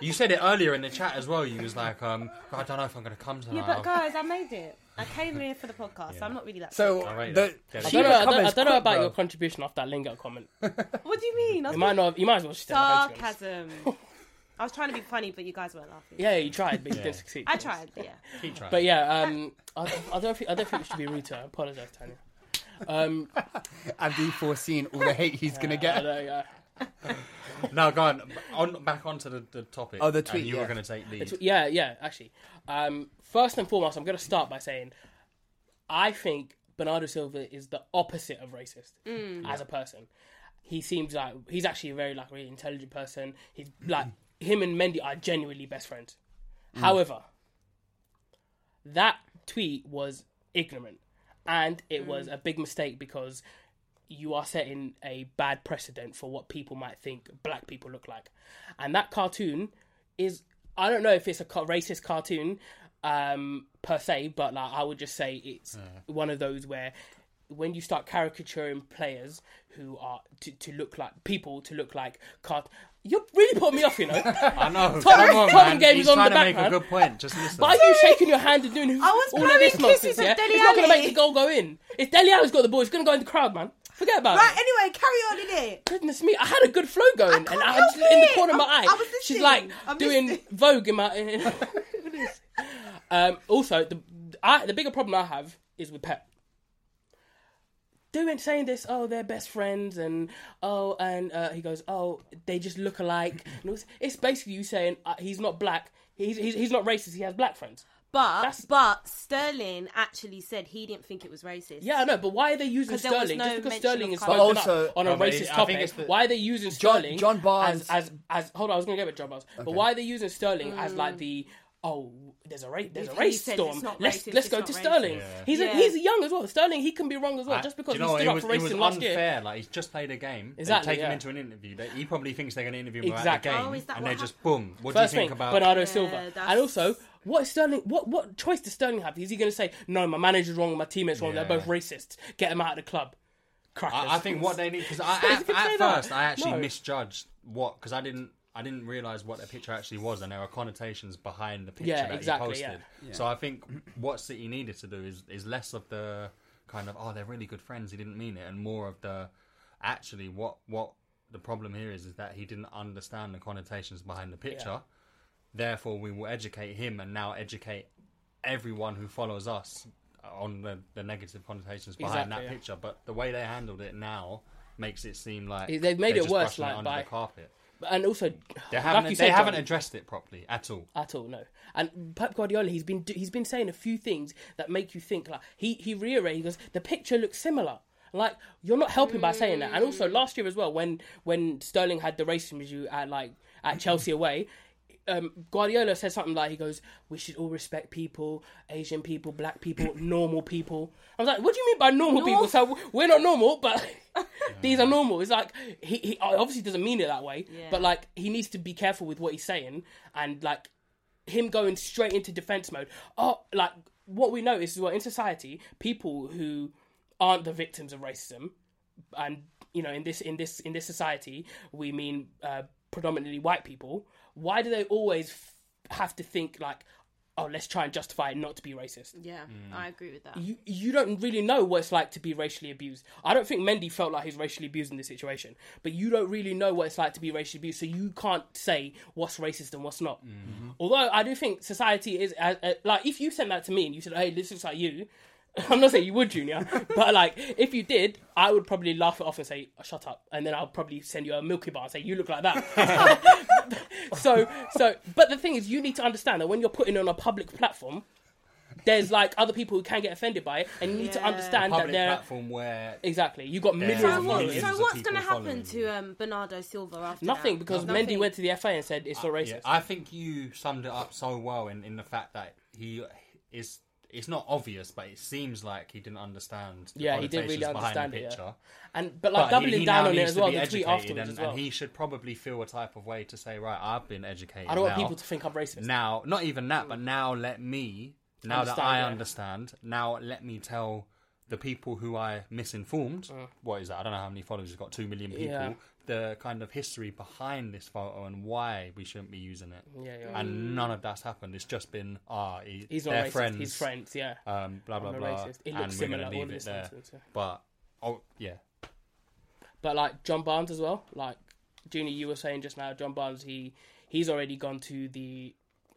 S6: You said it earlier in the chat as well. You was like, um, I don't know if I'm going to come tonight.
S2: Yeah, but guys, I made it. I came here for the podcast. so I'm not really that.
S4: So
S6: I rate
S4: the,
S6: that.
S4: she
S1: I don't know, I don't, I
S4: recovers
S1: don't know
S4: quick,
S1: about
S4: bro.
S1: your contribution after that Lingard comment.
S2: what do you mean? I was
S1: You might
S2: being
S1: not. Have, you might as well just stay at home, to be honest.
S2: sarcasm. I was trying to be funny, but you guys weren't laughing.
S1: Yeah, you tried, but you didn't succeed.
S2: I tried. but Yeah.
S6: Keep trying.
S1: But yeah, um, I, I don't think I don't think we should be rude to her. I apologise, Tanya. Um,
S4: Have you foreseen all the hate he's gonna
S1: I
S4: get?
S1: don't, uh,
S6: no, go on. on back onto the, the topic.
S4: Oh, the
S6: And
S4: tweet,
S6: you
S4: yeah.
S6: were going to take lead.
S1: yeah, yeah. Actually, um, first and foremost, I'm going to start by saying, I think Bernardo Silva is the opposite of racist as a person. He seems like he's actually a very like really intelligent person. He's like him and Mendy are genuinely best friends. However, that tweet was ignorant and it was a big mistake because you are setting a bad precedent for what people might think black people look like and that cartoon is i don't know if it's a ca- racist cartoon um per se but like i would just say it's one of those where when you start caricaturing players who are to, to look like people to look like cart you're really putting me off you know
S6: I know.
S1: Tottenham-
S6: come on,
S1: Tottenham
S6: man.
S1: game
S6: He's
S1: is on
S6: trying
S1: the
S6: to
S1: back,
S6: make
S1: man.
S6: a good point. Just listen.
S1: Why are you shaking your hand and doing
S2: I was
S1: all of
S2: blowing
S1: this
S2: kisses
S1: nonsense?
S2: at
S1: Yeah?
S2: Dele
S1: It's not going to
S2: Alli.
S1: make the goal go in. It's Deli Alli's got the ball. It's going to go in the crowd, man. Forget about
S2: Right.
S1: it.
S2: Anyway, carry on in it.
S1: Goodness me, I had a good flow going, and
S2: can't
S1: I
S2: help
S1: just, in the
S2: it.
S1: corner of my
S2: I-
S1: eye,
S2: I was
S1: she's
S2: listening.
S1: like
S2: I'm
S1: doing
S2: listening.
S1: Vogue in my. In, um, also, the I, the bigger problem I have is with Pep. Doing saying this, oh, they're best friends, and oh, and uh, he goes, oh, they just look alike. And it's, it's basically you saying uh, he's not black, he's, he's he's not racist, he has black friends.
S2: But
S1: That's-
S2: but Sterling actually said he didn't think it was racist.
S1: Yeah, I know, but why are they using
S2: 'Cause there was
S1: Sterling?
S2: no
S1: Just because
S2: mention
S1: Sterling
S2: of
S1: is
S2: colour.
S1: spoken
S4: But also-
S1: up on a
S6: No, but it-
S1: racist
S6: I think
S1: topic,
S6: it's the-
S1: why are they using
S4: John-
S1: Sterling?
S4: John Barnes-
S1: as, as as hold on, I was going to get with John Barnes, but why are they using Sterling as like the oh there's a race there's a
S2: Mm. He
S1: race
S2: said
S1: storm
S2: it's not
S1: let's
S2: racist,
S1: let's
S2: it's
S1: go
S2: not
S1: to
S2: racist.
S1: Sterling he's a,
S2: Yeah.
S1: he's young as well Sterling he can be wrong as well
S6: I-
S1: just
S6: do
S1: because
S6: you know what?
S1: he stood
S6: it
S1: up
S6: was,
S1: for
S6: it was
S1: racism last year.
S6: unfair. Like he's just played a game.
S1: Exactly,
S6: they take him
S1: yeah.
S6: into an interview. They, he probably thinks they're going to interview him
S1: Exactly.
S6: about a game,
S2: Oh, is that
S6: and
S2: what
S6: they just boom. What
S1: First
S6: do you
S1: thing,
S6: think about
S1: Bernardo
S2: Yeah,
S1: Silva,
S2: that's-
S1: and also what is Sterling? What what choice does Sterling have? Is he going to say no? My manager's wrong. My teammates wrong.
S6: Yeah.
S1: They're both racist. Get them out of the club. Crackers.
S6: I, I think what they need because I
S1: You
S6: at,
S1: could
S6: at
S1: say that.
S6: first I actually
S1: No.
S6: misjudged what because I didn't I didn't realize what the picture actually was and there are connotations behind the picture
S1: Yeah,
S6: that
S1: exactly,
S6: he posted. So I think what City needed to do is is less of the kind of oh they're really good friends he didn't mean it and more of the actually what what the problem here is is that he didn't understand the connotations behind the picture. Therefore, we will educate him and now educate everyone who follows us on the, the negative connotations behind
S1: Exactly,
S6: that
S1: yeah.
S6: picture. But the way they handled it now makes it seem like
S1: It- they've made
S6: they're
S1: it
S6: just
S1: worse,
S6: brushing it
S1: like,
S6: under
S1: by-
S6: the carpet.
S1: and also
S6: They
S1: like
S6: haven't
S1: you
S6: they
S1: said,
S6: haven't
S1: John,
S6: addressed it properly at all.
S1: at all. No, and Pep Guardiola, he's been he's been saying a few things that make you think like he he reiterates. He goes, the picture looks similar. Like you're not helping by saying that. And also last year as well, when when Sterling had the racism issue at like
S6: Mm-hmm.
S1: at Chelsea away. Um, Guardiola said something like, "He goes, we should all respect people, Asian people, black people, normal people." I was like, "What do you mean by normal people? So w- we're not normal, but these are normal." It's like he, he obviously doesn't mean it that way,
S2: Yeah.
S1: but like he needs to be careful with what he's saying, and like him going straight into defense mode. Oh, like what we notice is well in society, people who aren't the victims of racism, and you know in this in this in this society we mean uh, predominantly white people. Why do they always f- have to think like, oh, let's try and justify it not to be racist?
S2: Yeah,
S6: Mm.
S2: I agree with that.
S1: you you don't really know what it's like to be racially abused. I don't think Mendy felt like he's racially abused in this situation, but you don't really know what it's like to be racially abused, so you can't say what's racist and what's not. Although I do think society is uh, uh, like if you sent that to me and you said, "Hey, this looks like you," I'm not saying you would, Junior, but like if you did, I would probably laugh it off and say, "Shut up," and then I'll probably send you a Milky Bar and say, "You look like that." so so, but the thing is, you need to understand that when you're putting it on a public platform there's like other people who can get offended by it, and you need to
S2: Yeah.
S1: understand that
S6: Public
S1: they're
S6: platform where
S1: exactly. You have got millions
S6: So
S1: of
S6: what- so
S1: followers.
S2: So
S6: of
S2: what's
S6: people
S2: going to
S6: following
S2: happen
S6: you.
S2: to um, Bernardo Silva after
S1: Nothing
S2: that?
S1: because
S2: Nothing.
S1: Mendy went to the FA and said it's not racist.
S6: Uh, Yeah, I think you summed it up so well in, in the fact that he is. It's not obvious, but it seems like he didn't understand. The
S1: Yeah, he didn't really
S6: connotations behind
S1: understand
S6: the
S1: it.
S6: picture.
S1: Yeah. And but like
S6: But he-
S1: doubling
S6: he
S1: down
S6: now
S1: on it
S6: needs
S1: as
S6: to
S1: well
S6: be
S1: the tweet
S6: educated
S1: afterwards
S6: and,
S1: as well.
S6: and he should probably feel a type of way to say, right, I've been educated.
S1: I don't want
S6: now.
S1: people to think I'm racist.
S6: now. Not even that, but now let me. Now that
S1: Understand,
S6: I
S1: yeah.
S6: understand, now let me tell the people who I misinformed. What is that? I don't know how many followers he's got. Two million people.
S1: Mm. Yeah.
S6: The kind of history behind this photo and why we shouldn't be using it.
S1: Yeah, yeah.
S6: And none of that's happened. It's just been ah, he,
S1: He's not
S6: they're
S1: racist.
S6: friends.
S1: He's friends. Yeah.
S6: Um, blah blah
S1: I'm a
S6: blah.
S1: racist. It
S6: and
S1: looks
S6: we're gonna
S1: similar, all
S6: leave
S1: of
S6: it
S1: this
S6: there.
S1: nonsense, yeah.
S6: But oh yeah,
S1: But like John Barnes as well, like Junior, you were saying just now, John Barnes, he he's already gone to the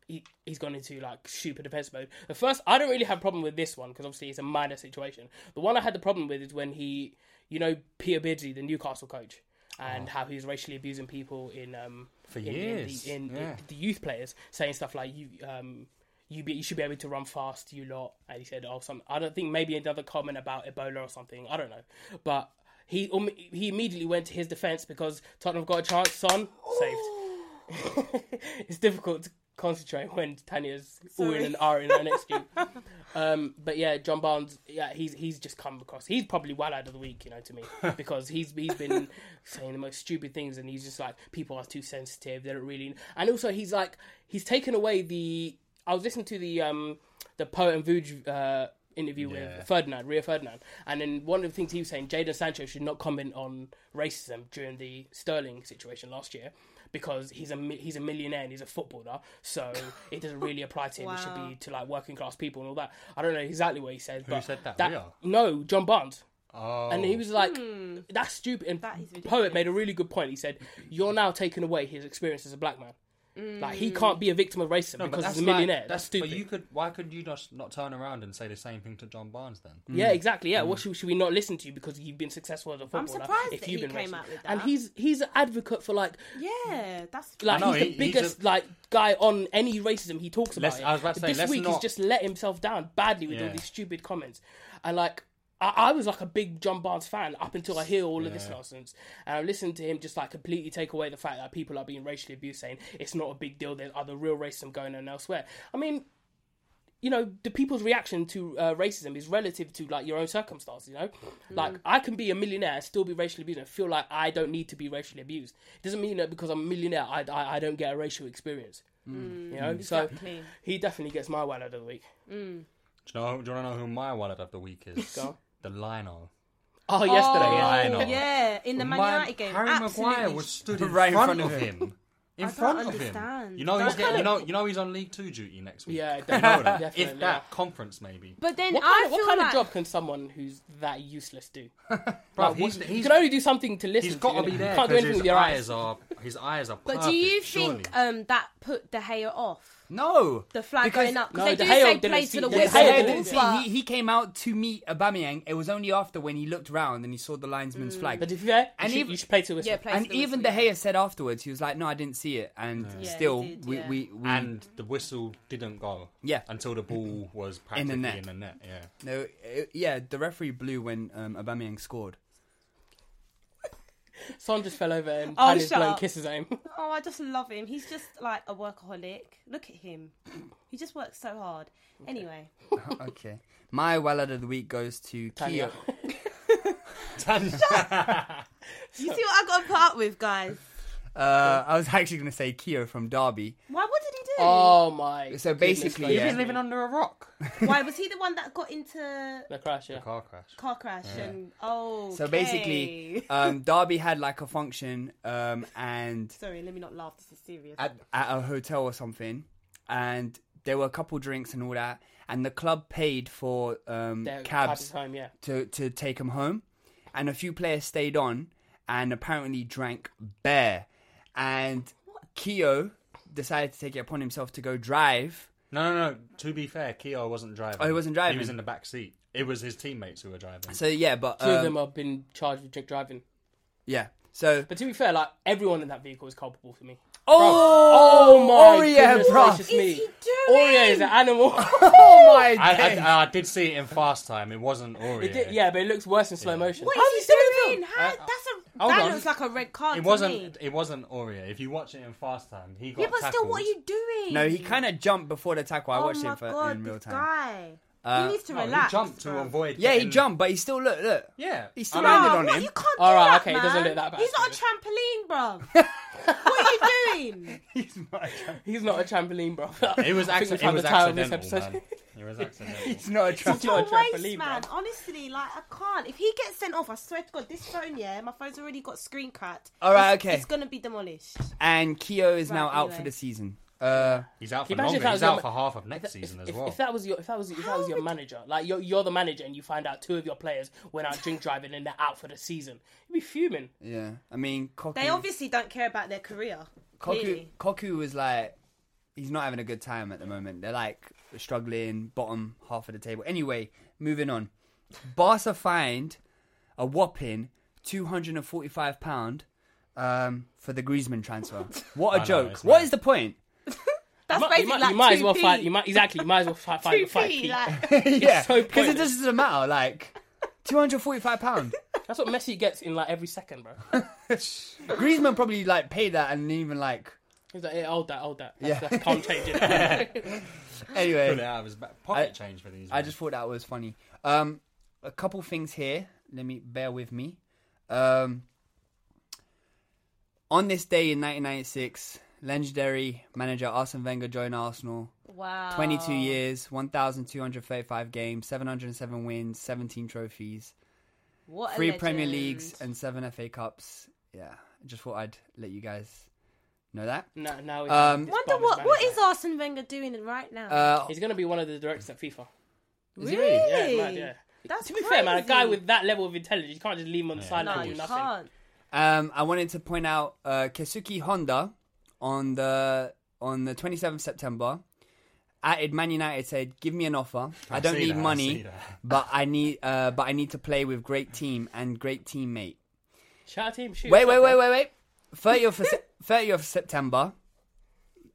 S1: he, he's gone into like super defense mode. The first, I don't really have a problem with this one because obviously it's a minor situation. The one I had the problem with is when he, you know, Peter Beardsley, the Newcastle coach, and how he was racially abusing people in um
S6: Oh. For
S1: in-
S6: years,
S1: in, the, in
S6: yeah.
S1: the, the youth players, saying stuff like you um. You, be, you should be able to run fast, you lot. And he said, "Oh, some." I don't think maybe another comment about Ebola or something. I don't know, but he um, he immediately went to his defense because Tottenham got a chance. Son saved. it's difficult to concentrate when Tanya's all in
S2: Sorry.
S1: and R in her next game. Um, but yeah, John Barnes, yeah, he's he's just come across. He's probably well out of the week, you know, to me because he's he's been saying the most stupid things, and he's just like people are too sensitive. They don't really, and also he's like he's taken away the. I was listening to the um the poet and Vuj uh, interview
S6: Yeah.
S1: with Ferdinand, Rio Ferdinand, and then one of the things he was saying, Jadon Sancho should not comment on racism during the Sterling situation last year. Because he's a mi- he's a millionaire and he's a footballer, so it doesn't really apply to him. It should
S2: Wow.
S1: be to like working class people and all that. I don't know exactly what he said. Who but
S6: said that? Ria?
S1: No, John Barnes.
S6: oh,
S1: And he was like, "That's stupid." And
S2: Hmm. That is
S1: poet
S2: ridiculous.
S1: made a really good point. He said, "You're now taking away his experience as a black man. Like he can't be a victim of racism
S6: No, but
S1: because
S6: that's
S1: he's a millionaire.
S6: Like,
S1: that's, stupid."
S6: But you could. Why could you just not turn around and say the same thing to John Barnes then?
S1: Yeah, exactly. Yeah,
S6: Mm.
S1: what should, should we not listen to you because you've been successful as a footballer?
S2: surprised
S1: if
S2: that
S1: you've
S2: he
S1: been
S2: came
S1: racist.
S2: out with
S1: And
S2: that.
S1: he's he's an advocate for like
S2: Yeah, that's
S1: like
S6: I know,
S1: he's the
S6: he- he's
S1: biggest
S6: a-
S1: like guy on any racism he talks about.
S6: Let's-
S1: it.
S6: I was about to say,
S1: this
S6: let's
S1: week he's
S6: not-
S1: just let himself down badly with all
S6: Yeah.
S1: these stupid comments, and like I, I was like a big John Barnes fan up until I hear all of this nonsense, and I listened to him just like completely take away the fact that people are being racially abused, saying it's not a big deal. There's other real racism going on elsewhere. I mean, you know the people's reaction to uh, racism is relative to like your own circumstance you know
S6: Mm-hmm.
S1: like i can be a millionaire and still be racially abused and feel like i don't need to be racially abused it doesn't mean that because i'm a millionaire i, I, I don't get a racial experience
S6: Mm.
S1: you know so
S2: Mm, exactly.
S1: he definitely gets my well out of the week
S6: Do you know? Do you want to know who my wallet of the week is?
S1: Go.
S6: The Lionel.
S1: oh yesterday yeah.
S6: I know.
S2: yeah, in the Man
S6: My-
S2: United game.
S6: Harry
S2: absolutely.
S6: Maguire was stood in
S4: Right in
S6: front,
S4: front
S6: of
S4: of
S6: him. In
S2: don't
S6: front of him.
S2: understand.
S6: You know he's
S2: Don't-
S6: getting, you know you know he's on League Two duty next week.
S1: Yeah,
S6: You know
S1: definitely,
S6: that.
S1: definitely,
S6: If
S1: yeah.
S6: that conference maybe.
S2: But then
S1: what
S2: I
S1: kind, of, what
S2: feel
S1: kind
S2: like
S1: of job can someone who's that useless do?
S6: Bro,
S1: What-
S6: he's,
S1: you
S6: he's,
S1: can only do something to listen.
S6: he's
S1: got to
S6: be
S1: innit?
S6: there
S1: You can't do
S6: because
S1: anything
S6: his
S1: with your
S6: eyes
S1: eyes.
S6: are his eyes are.
S2: But
S6: perfect,
S2: do you
S6: surely.
S2: think um, that put De Gea off?
S4: No,
S2: The flag
S4: Because-
S2: going up
S1: No,
S2: because they
S1: De
S2: do
S1: Gea
S2: say
S1: didn't
S2: play
S1: see-
S2: to the
S1: De
S4: De
S1: Whistle.
S4: Gea
S1: Gea
S4: didn't
S2: whistle.
S4: see.
S2: but-
S4: He, he came out to meet Aubameyang. It was only after when he looked round and he saw the linesman's flag.
S1: But if you're there,
S4: And
S1: you, should,
S4: even-
S1: you should play to whistle.
S2: Yeah, play to
S4: and
S2: the
S4: even De
S2: whistle,
S4: Gea said afterwards, he was like, "No, I didn't see it." And
S2: Yeah,
S4: still,
S2: he did,
S4: we,
S2: yeah.
S4: we we
S6: And the whistle didn't go.
S4: Yeah.
S6: Until the ball was practically in the net.
S4: net.
S6: Yeah.
S4: no, it- yeah, the referee blew when um, Aubameyang scored.
S1: Son just fell over and
S2: Oh,
S1: oh, his
S2: shut
S1: blown
S2: up.
S1: kisses at him.
S2: Oh, I just love him. He's just like a workaholic. Look at him. He just works so hard. Anyway,
S4: okay, my well out of the week goes to
S1: Tanya.
S4: Keo.
S2: you see what I got to put up with, guys.
S4: Uh, I was actually going to say Keo from Derby.
S2: Why? What did he
S1: Oh my.
S4: So
S1: goodness
S4: basically,
S1: gracious
S4: yeah.
S1: me.
S6: living under a rock.
S2: Why was he the one that got into
S1: the crash. Yeah.
S6: Car crash.
S2: car crash? And oh,
S4: So basically, um, Darby had like a function, um, and
S2: sorry, let me not laugh. This is serious.
S4: at, at a hotel or something, and there were a couple drinks and all that, and the club paid for um,
S1: Their
S4: cabs
S1: Home, yeah.
S4: to to take them home, and a few players stayed on and apparently drank beer, and Keo decided to take it upon himself to go drive.
S6: No, no, no. To be fair, Keogh wasn't driving.
S4: Oh, he wasn't
S6: He
S4: driving.
S6: was in the back seat. It was his teammates who were driving.
S4: So yeah, but
S1: Two of them
S4: um,
S1: have been charged with drink driving.
S4: yeah. So
S1: But to be fair, like everyone in that vehicle is culpable for me.
S4: oh,
S1: my
S4: Oria,
S1: goodness
S4: bruh.
S1: gracious
S2: What
S1: me.
S2: is he doing?
S1: Oreo is an animal.
S4: Oh my
S6: I,
S4: days.
S6: I, I did see it in Fast Time. It wasn't Oreo.
S1: It did- yeah, but it looks worse in slow motion.
S2: What
S1: How's
S2: is
S1: he
S2: he
S1: doing?
S2: doing?
S4: Uh,
S2: How, that's a
S6: Hold
S2: that
S6: on.
S2: looks like a red card.
S6: It
S2: to
S6: wasn't.
S2: me.
S6: It wasn't Oreo. If you watch it in Fast Time, he got
S2: Yeah, but still, what are
S6: tackled.
S2: you doing?
S4: No, he kind of jumped before the tackle. I
S2: Oh
S4: watched
S2: my
S4: him for,
S2: God,
S4: in real
S2: this
S4: time.
S2: Guy.
S4: Uh,
S2: he needs to
S6: No,
S2: relax.
S6: he jumped to
S2: bro.
S6: avoid.
S4: Yeah, he
S6: getting-
S4: jumped, but he still look look.
S6: Yeah,
S4: He's
S2: Bruh,
S4: still landed on
S2: what?
S4: him.
S2: You can't do
S1: All right,
S2: that,
S1: okay, it
S2: man.
S1: doesn't look that bad,
S2: He's not a
S1: does
S2: trampoline, bro. what are you doing?
S1: He's not a trampoline, bro.
S6: It was,
S1: I
S6: acci-
S1: think we've
S6: it
S1: had
S6: was
S1: the title of this
S6: accidental.
S1: episode.
S6: Man. It was accidental.
S4: It's not a trap.
S1: Such a
S2: What a
S1: trampoline,
S2: waste,
S1: bro.
S2: man. Honestly, like I can't. If he gets sent off, I swear to God, this phone, yeah, my phone's already got screen cracked.
S4: All right,
S2: It's-
S4: okay.
S2: It's gonna be demolished.
S4: And Keo is now
S2: Right,
S4: out for
S2: anyway.
S4: the season. Uh,
S6: He's out for
S1: Imagine
S6: longer.
S1: if that
S6: He's
S1: was
S6: out
S1: a-
S6: for half of next season as
S1: If,
S6: well.
S1: if that was your, if that was, if that was your manager, like you're, you're the manager, and you find out two of your players went out drink driving and they're out for the season, you'd be fuming.
S4: yeah, I mean, Koku,
S2: They obviously don't care about their career.
S4: Mm. Koku,
S2: clearly.
S4: Koku was like, he's not having a good time at the moment. They're like struggling, bottom half of the table. Anyway, moving on. Barca fined a whopping two hundred and forty-five pound um, for the Griezmann transfer. What a
S6: know,
S4: joke!
S6: it's
S4: what
S6: mad.
S4: is the point?
S2: That's
S1: You might,
S2: basically
S1: you might,
S2: like
S1: you might as
S2: 2p.
S1: well fight. You might exactly. You might as well fight. fight,
S2: 2p,
S1: fight Pete.
S2: like,
S4: yeah,
S1: so
S4: because it
S1: pointless.
S4: doesn't matter. Like two hundred forty-five pound.
S1: That's what Messi gets in like every second, bro.
S4: Griezmann probably like paid that and even like
S1: He's like, yeah, hold that, hold that. That's,
S4: Yeah.
S1: that's can't change it.
S6: Pull it
S4: anyway.
S6: out of his back pocket
S4: I-
S6: change for these.
S4: I just thought that was funny. Um, a couple things here. Let me bear with me. Um, on this day in 1996, legendary manager Arsene Wenger joined Arsenal.
S2: wow.
S4: 22 years, 1,235 games, 707 wins, 17 trophies,
S2: What a
S4: three Premier
S2: legend.
S4: Leagues, and seven FA Cups. Yeah, just thought I'd let you guys know that.
S1: no, no. he's-
S4: Um,
S1: he's
S2: Wonder
S1: bombing
S2: what
S1: his
S2: what
S1: manager.
S2: is Arsene Wenger doing right now?
S4: Uh,
S1: He's gonna be one of the directors at FIFA.
S4: is he really?
S1: Yeah, mad, yeah.
S2: That's
S1: to be fair, man, a guy
S2: crazy.
S1: with that level of intelligence, you can't just leave him on the sideline
S2: no,
S1: and
S2: you
S1: do nothing.
S2: can't.
S4: Um, I wanted to point out uh, Kesuki Honda on the on the 27th September at Man United said, "Give me an offer. I, don't
S6: see
S4: need
S6: that, I see
S4: money,
S6: that."
S4: but I need uh, but I need to play with great team and great teammate."
S1: Shout out to him. Shoot,
S4: Wait, wait, wait, wait, wait. 30th of, Se- 30th of September,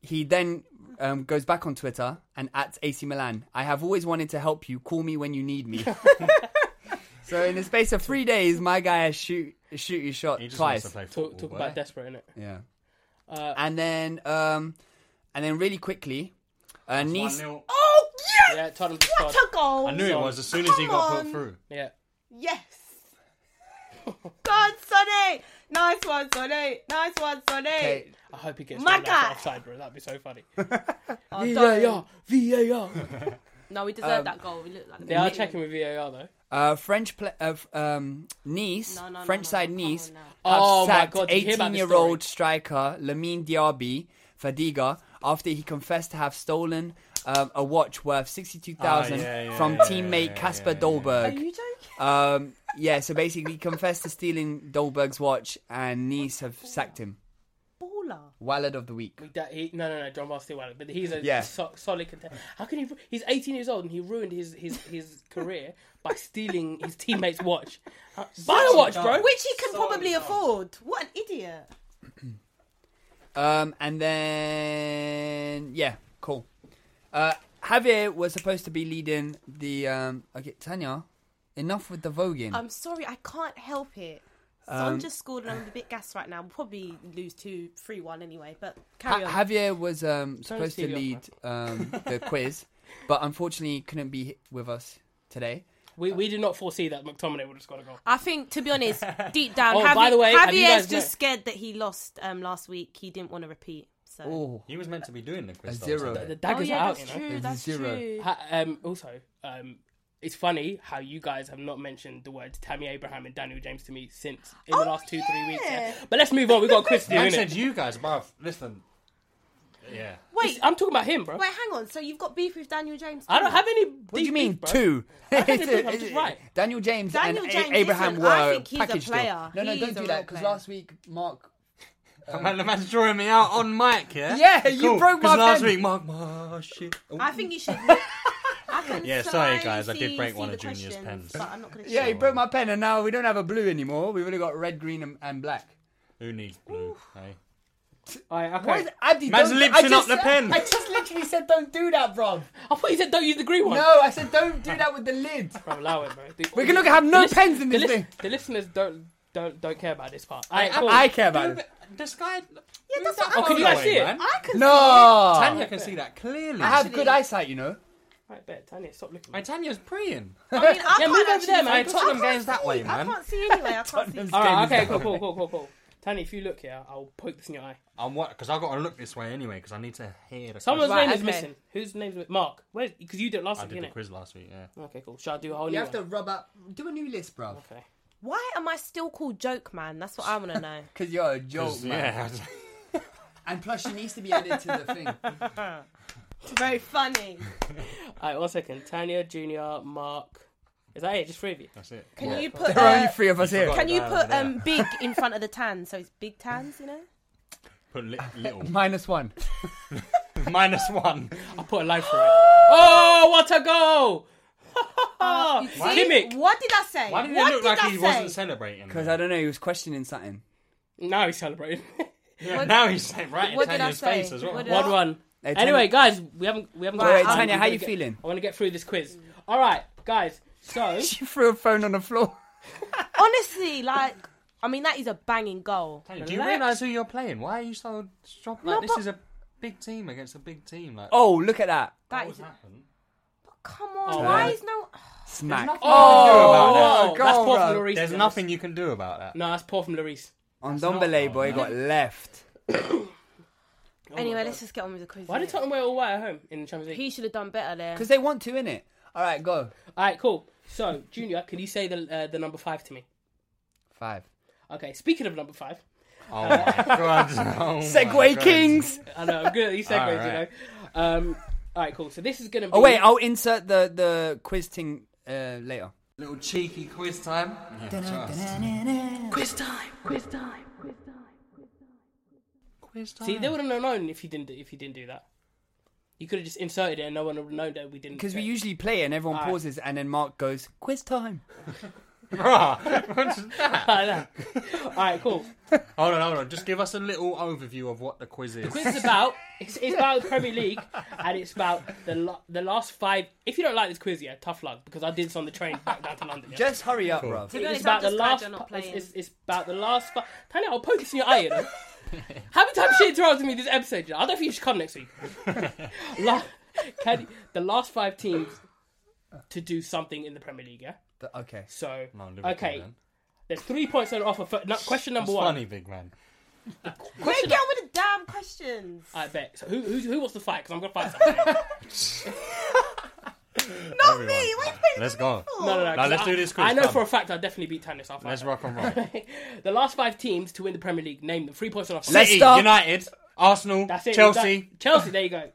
S4: he then um, goes back on Twitter and at AC Milan. I have always wanted to help you. Call me when you need me. so in the space of three days, my guy has shoot shoot you shot
S6: he just
S4: twice.
S6: wants to play football.
S1: Talk, talk
S6: boy.
S1: about desperate, innit?
S4: Yeah.
S1: Uh,
S4: and then, um, and then really quickly, uh, Nice.
S6: 1-0.
S2: Oh yes!
S1: Yeah, Tottenham just
S2: what
S1: scored.
S2: a goal!
S6: I knew it
S1: on.
S6: was as soon as he
S2: Come
S6: got put
S2: on.
S6: through.
S1: Yeah.
S2: Yes. God, Sonny. Nice one, Sonny. Nice one, Sonny.
S4: Okay.
S1: I hope he gets
S2: My
S1: named after
S2: guy.
S1: offside, bro. That'd be so funny.
S2: Oh,
S1: VAR, VAR.
S2: No, we deserved that goal. We look like
S1: Um, they are checking with VAR though.
S4: Uh, French pla uh, f- um, Nice,
S2: No, no, no,
S4: French
S2: no,
S4: side
S2: no, come
S4: Nice,
S2: on now.
S4: have
S1: Oh my
S4: sacked
S1: God, did you hear about this
S4: eighteen-year-old striker Lamine Diaby Fadiga after he confessed to have stolen um, a watch worth sixty-two thousand
S6: Ah, yeah, yeah,
S4: from
S6: yeah,
S4: teammate
S6: yeah,
S4: Casper
S6: yeah, yeah.
S2: Are
S4: Dolberg.
S2: you joking?
S4: Um, yeah, so basically, he confessed to stealing Dolberg's watch, and Nice have sacked him.
S2: Baller.
S4: Wallet of the week.
S1: That he, no, no, no. John Barnes still won it, but he's a
S4: Yeah.
S1: so, solid contender. How can he? ru- He's 18 years old and he ruined his his his career by stealing his teammate's watch. Uh, Buy a watch, bro.
S2: Which he can probably afford. What an idiot.
S4: Um, and then yeah, cool. Uh, Javier was supposed to be leading the. Um, okay, Tanya, enough with the voguing.
S2: I'm sorry, I can't help it.
S1: Um,
S2: Son just scored and I'm a bit gassed right now. We'll probably lose 2 3 1 anyway, but
S4: Ha-
S2: carry on.
S4: Javier was um, supposed to
S1: steal your
S4: lead um, the quiz, but unfortunately couldn't be with us today.
S1: We we did not foresee that McTominay would have scored a goal.
S2: I think, to be honest, deep down,
S1: Oh,
S2: Javi-
S1: by the way, have you
S2: Javier's
S1: guys
S2: just
S1: met-
S2: scared that he lost um, last week. He didn't want to repeat. So
S6: He was meant to be doing the quiz.
S4: A
S6: last
S4: zero.
S6: Saturday.
S1: The Oh, daggers
S2: oh yeah,
S1: are out,
S2: that's
S1: you know.
S2: true.
S4: There's a
S2: That's
S4: zero.
S2: true.
S1: Ha- um, also, um, it's funny how you guys have not mentioned the words Tammy Abraham and Daniel James to me since in the
S2: Oh,
S1: last two,
S2: yeah.
S1: three weeks. yeah. But let's move on. We've got a quiz to do,
S6: I
S1: innit?
S6: said you guys, bruv. Listen. Yeah.
S2: Wait,
S1: I'm talking about him, bro.
S2: wait, hang on. So you've got beef with Daniel James?
S1: I don't
S2: too?
S1: have any.
S4: What do you mean
S1: bro.
S4: two?
S1: I think it's- I'm just right.
S4: Daniel James
S2: Daniel
S4: and
S2: James,
S4: A- Abraham
S2: listen,
S4: were
S2: I think he's a
S4: packaged deal.
S2: player.
S4: No, no,
S2: He's
S4: don't
S2: a
S4: do
S2: real
S4: that because
S2: player.
S4: last week Mark.
S6: Man, the man's drawing me out on mic, yeah?
S4: Yeah, you broke my
S6: 'cause last
S4: pen.
S6: week, Mark, my shit. Oh,
S2: I think you should. I can
S6: Yeah, sorry,
S2: slightly
S6: guys, I did
S2: see-
S6: break
S2: see
S6: one
S2: the
S6: of Junior's
S2: questions,
S6: pens.
S2: But I'm not going to.
S4: Yeah, he broke my pen, and now we don't have a blue anymore. We've only got red, green, and, and black.
S6: Who needs blue? Hey.
S1: Alright, okay.
S4: Why is Abdi?
S6: Man's
S4: don't-
S6: lipsing
S4: I just-
S6: up the pen.
S4: I just literally said, "Don't do that, bro."
S1: I thought you said don't use the green one.
S4: No, I said, "Don't do that with the lid."
S1: Bro, allow it, bro. The-
S4: We can look at have no
S1: lis-
S4: pens in
S1: the
S4: this
S1: lis-
S4: thing.
S1: The listeners don't don't don't care about this part.
S4: I,
S1: Alright, cool.
S4: I care about it.
S6: This guy.
S2: Yeah, that's what
S1: Oh,
S2: I'm
S1: can you
S2: saying.
S1: guys see it?
S2: I can.
S4: No,
S6: Tanya can see that clearly.
S4: I have good eyesight, you know.
S1: I bet Tanya, stop looking.
S6: Hey, Tanya's preying.
S2: I mean, I
S1: Yeah,
S2: can't
S1: move over
S2: actually
S1: there,
S2: see-
S1: man.
S2: I
S6: Tottenham
S2: can't
S6: game's that way,
S2: see- I
S6: man.
S2: can't see anyway. I can't see.
S1: All right,
S4: James
S1: okay, cool, cool, cool, cool, cool. Tanya, if you look here, I'll poke this in your eye.
S6: I'm what? Because i got to look this way anyway, because I need to hear the
S1: Someone's
S6: question.
S1: name is
S4: okay.
S1: missing. Whose name's mi- Mark? Where? Because you did it last
S6: I
S1: week,
S6: did the
S1: didn't
S6: quiz last week, yeah.
S1: Okay, cool. Shall I do a whole
S3: You
S1: new
S3: have
S1: one?
S3: to rub up. Do a new list, bruv.
S1: Okay.
S2: Why am I still called Joke Man? That's what I want to know.
S4: Because you're a joke, man.
S6: yeah.
S3: And plus, she needs to be added to the thing.
S2: It's very funny.
S1: All right, one second. Tanya, Junior, Mark. Is that it? Just three of you?
S6: That's it.
S2: Can you put?
S4: There are
S2: uh,
S4: only three of us here.
S2: Can you
S6: Down
S2: put
S6: there.
S2: um big in front of the tan? So it's big tans, you know.
S6: Put li- little.
S4: Minus one.
S6: Minus one.
S1: I'll put a life for it. Oh, what a goal!
S2: See?
S1: Kimmich.
S2: What did I say?
S6: Why did
S2: what
S6: it look
S2: did
S6: like
S2: I
S6: he
S2: say?
S6: wasn't celebrating?
S4: Because I don't know, he was questioning something.
S1: Now he's celebrating.
S6: Yeah, now he's saying right in
S2: what did I
S6: Tanya's
S2: say?
S6: face as well.
S2: What did
S1: One one.
S4: Hey, Tanya-
S1: anyway, guys, we haven't we haven't.
S4: Wait,
S1: got time.
S4: Tanya,
S1: We've
S4: how
S1: gotta
S4: you
S1: get-
S4: feeling?
S1: I want to get through this quiz. All right, guys. So
S4: She threw a phone on the floor.
S2: Honestly, like, I mean, that is a banging goal.
S6: Hey, do you realise who you're playing? Why are you so strong? Like, this is a big team against a big team. Like,
S4: Oh, look at that.
S2: That
S6: what's
S2: is.
S6: happened?
S2: Come on,
S1: Oh,
S2: why
S1: man.
S2: is no?
S4: Smack.
S6: Oh,
S1: oh, that's
S4: goal,
S1: poor
S4: bro.
S1: from Lloris. to
S6: There's
S1: be
S6: nothing you can do about
S1: honest.
S6: that.
S1: No, that's poor from Lloris.
S4: On Dombele, boy, got left.
S2: anyway, let's just get on with the quiz.
S1: Why did
S2: innit?
S1: Tottenham wear all white at home in the Champions League?
S2: He should have done better there.
S4: Because they want to, innit? All right, go.
S1: All right, cool. So, Junior, can you say the uh, the number five to me?
S4: Five.
S1: Okay. Speaking of number five,
S6: Oh my god! Oh my
S4: Segway
S6: God.
S4: Kings.
S1: I know I'm good at these segues,
S6: All right.
S1: you know. Um, all right, cool. So this is gonna be.
S4: Oh, wait, I'll insert the, the quiz thing uh, later.
S6: Little cheeky quiz time.
S1: quiz time! Quiz time! Quiz time!
S6: Quiz time.
S1: See, they wouldn't have known if you didn't do, if you didn't do that. You could have just inserted it, and no one would have known that we didn't.
S4: Because we
S1: say it.
S4: usually play and everyone
S1: All right.
S4: pauses, and then Mark goes, quiz time.
S6: Bruh, what's that?
S1: Like that. all right, cool.
S6: Hold on, hold on. Just give us a little overview of what the quiz is.
S1: Quiz is about it's, it's about the Premier League, and it's about the la- the last five. If you don't like this quiz, yeah, tough luck because I did this on the train back down to London. Yeah.
S4: Just hurry up, bro.
S2: To be
S1: It's
S2: honest, I'm
S1: about the
S2: just glad
S1: last.
S2: you're not
S1: pa- it's,
S2: playing.
S1: it's, it's about the last. Fi- Tanya, I'll poke this in your eye. You know? How many times she interrupted me this episode? you know? I don't think you should come next week. La- can- the last five teams to do something in the Premier League. Yeah.
S4: Okay.
S1: So
S6: No, Liverpool,
S1: okay,
S6: then.
S1: there's three points on offer. For, no, question number
S6: That's
S1: one.
S6: funny, big man.
S2: Wait, get on with the damn questions.
S1: I bet. So who who who wants to fight? Because I'm gonna fight. Someone.
S2: Not me. What are you playing
S6: Let's go.
S2: for?
S1: no, no, no. 'cause
S6: let's
S1: I,
S6: do this quiz,
S1: I know
S6: come.
S1: for a fact I'll definitely beat Tanya. So I'll fight
S6: Let's
S1: her.
S6: rock and roll.
S1: the last five teams to win the Premier League. Name them. Three points on offer.
S6: City,
S4: Leicester.
S6: United, Arsenal,
S1: That's it.
S6: Chelsea.
S1: That- Chelsea. There you go.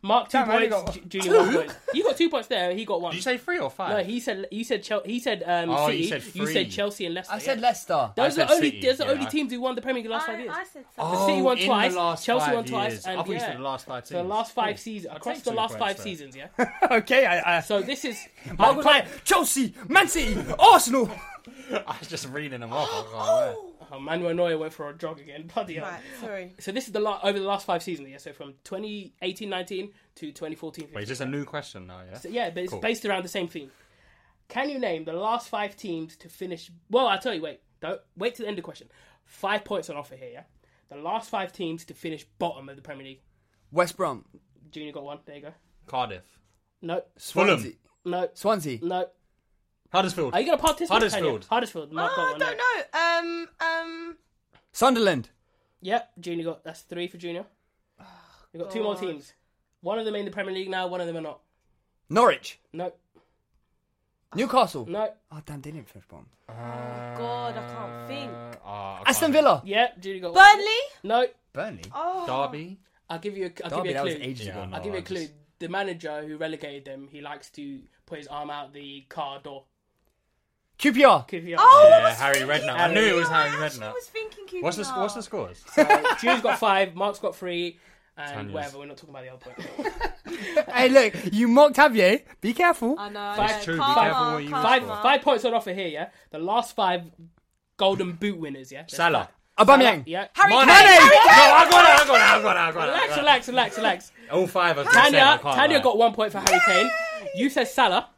S1: Mark two
S4: Damn, I only
S1: points.
S4: got-
S1: Ju- Junior one point. You got two points there. He got one.
S6: Did you say three or five?
S1: no, he said. You said. Chel- he said. Um,
S6: Oh,
S1: City.
S6: you said three.
S1: Chelsea and Leicester.
S4: I said
S1: yeah.
S4: Leicester.
S1: Those
S6: I
S1: are the
S6: said
S1: only.
S6: City,
S1: Those are the
S6: yeah,
S1: only
S6: I-
S1: teams who won the Premier League the last five years.
S2: I, I said
S6: Oh,
S2: something.
S1: City won
S6: in the
S1: twice,
S6: last
S1: Chelsea
S6: five
S1: won twice,
S6: years.
S1: and
S6: I thought you
S1: yeah.
S6: said the last five Oh,
S1: The
S6: teams.
S1: last five
S6: Cool.
S1: seasons,
S6: I'll
S1: across
S6: take
S1: the
S6: two
S1: last
S6: points
S1: five
S6: there.
S1: seasons, yeah.
S4: okay, I. I...
S1: So this is
S4: Mark was like, Chelsea, Man City, Arsenal.
S6: I was just reading them off. I was like, "Where?"
S1: oh, Manuel Neuer went for a jog again. Bloody hell.
S2: Right, sorry.
S1: So this is the la- over the last five seasons, yeah. So from 2018-19 to 2014.
S6: Wait, is this a new question now? Yeah.
S1: So, yeah, but it's
S6: Cool.
S1: based around the same theme. Can you name the last five teams to finish? Well, I tell you, wait, don't wait to the end of the question. Five points on offer here. Yeah, the last five teams to finish bottom of the Premier League.
S4: West Brom.
S1: Junior got one. There you go.
S6: Cardiff,
S1: No,
S6: Fulham.
S4: Swansea.
S1: no,
S4: Swansea.
S1: no.
S6: Huddersfield.
S1: Are you going to participate? Tanya?
S6: Huddersfield.
S1: Huddersfield. Mark got
S2: Oh,
S1: one.
S2: I don't
S1: no.
S2: know. Um, um,
S4: Sunderland.
S1: Yep. Junior got that's three for Junior. We've got two more
S2: God.
S1: teams. One of them in the Premier League now, one of them are not.
S4: Norwich,
S1: No,
S4: Newcastle.
S1: no.
S4: Oh damn, they didn't finish bottom.
S2: God, I can't think.
S6: Ah, I
S4: Aston
S6: can't-
S4: Villa,
S1: Yeah, Judy got one.
S2: Oh, Burnley?
S1: No,
S4: Burnley.
S6: Derby.
S1: I'll give you a, I'll
S4: Derby,
S1: give you a
S4: that
S1: clue.
S4: was ages
S6: Yeah, I
S4: ago.
S6: know.
S1: I'll give you a
S6: I
S1: clue.
S6: just-
S1: The manager who relegated them, he likes to put his arm out the car door.
S4: QPR.
S1: Give you up.
S2: Oh, I
S6: Yeah,
S2: was
S6: Harry
S2: thinking-
S6: Redknapp. I knew it was Harry
S2: I actually
S6: Redknapp.
S2: was thinking QPR.
S6: What's the sc- What's the scores?
S1: Uh, Jude's got five, Mark's got three, and
S6: Tanya's.
S1: whatever. We're not talking about the other point.
S4: hey, look, you mocked Javier. Be careful.
S2: I know.
S1: Five-
S2: yeah,
S1: It's true,
S6: be
S2: Karma,
S6: careful what you
S2: karma.
S1: five, five points on offer here. Yeah, the last five golden boot winners. Yeah, There's
S6: Salah.
S1: five.
S4: Aubameyang.
S1: Yeah.
S2: Harry
S6: Mane.
S2: Kane.
S6: No,
S2: Harry Kane.
S6: I got it. I got it. I got it. I got it. I
S1: Relax,
S6: got it.
S1: relax, relax, relax.
S6: All five of them.
S1: Tanya, Tanya got one point for Harry Kane. You said Salah.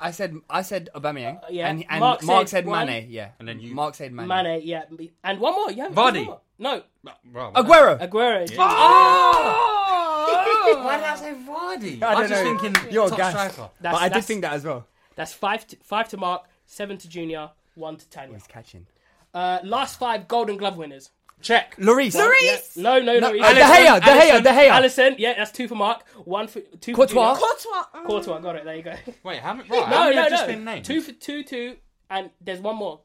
S4: I said I said Aubameyang.
S1: yeah.
S4: And, and
S1: Mark
S4: Mark,
S1: said
S4: said,
S1: one.
S4: Mane. Yeah.
S6: And then you-
S4: Mark said Mane.
S1: Mane, yeah, and one more. Yeah,
S6: Vardy.
S1: No,
S4: Aguero.
S1: Aguero. Oh!
S6: Why did I say Vardy?
S4: I
S6: I
S4: don't
S6: was just
S4: know.
S6: thinking
S4: You're
S6: top
S4: gassed.
S6: striker.
S4: but
S1: That's-
S4: I did
S1: that's-
S4: think that as well.
S1: That's five, to, five to Mark, seven to Junior, one to Tanya.
S4: He's catching.
S1: Uh, last five Golden Glove winners.
S6: Check.
S4: Lloris.
S2: Lloris.
S1: No, no, no.
S4: No,
S1: he's-
S4: uh, De Gea, De Gea, De Gea.
S1: Allison, yeah, that's two for Mark, one for two. For
S4: Courtois.
S1: Junior.
S2: Courtois. Mm.
S1: Courtois, got it. There you go.
S6: Wait, haven't right?
S1: No,
S6: haven't
S1: no,
S6: you
S1: no.
S6: Just been named.
S1: Two for two, two, and there's one more.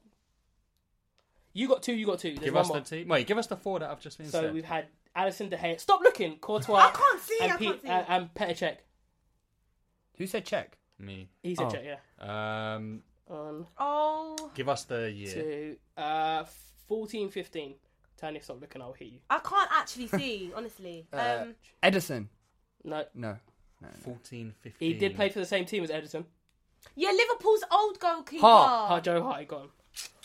S1: You got two. You got two. There's
S6: Give
S1: one
S6: us
S1: more.
S6: the team. Wait, give us the four that I've just been
S1: So
S6: said.
S1: we've had Allison De Gea. Stop looking, Courtois.
S2: I can't see,
S1: And
S2: I can't see.
S1: Uh, and Petr Cech.
S4: Who said check?
S6: Me.
S1: He's a
S4: Oh.
S1: Czech, yeah.
S6: Um,
S1: One,
S2: Oh,
S6: give us the year.
S1: two, uh, 14, 15. Tanya, stop looking. I'll hit you.
S2: I can't actually see, honestly. Um,
S4: Edison.
S1: No,
S4: No.
S6: Fourteen, fifteen.
S1: he did play for the same team as Edison.
S2: yeah, Liverpool's old goalkeeper.
S4: Hart.
S1: Oh, Joe Hart, he got him.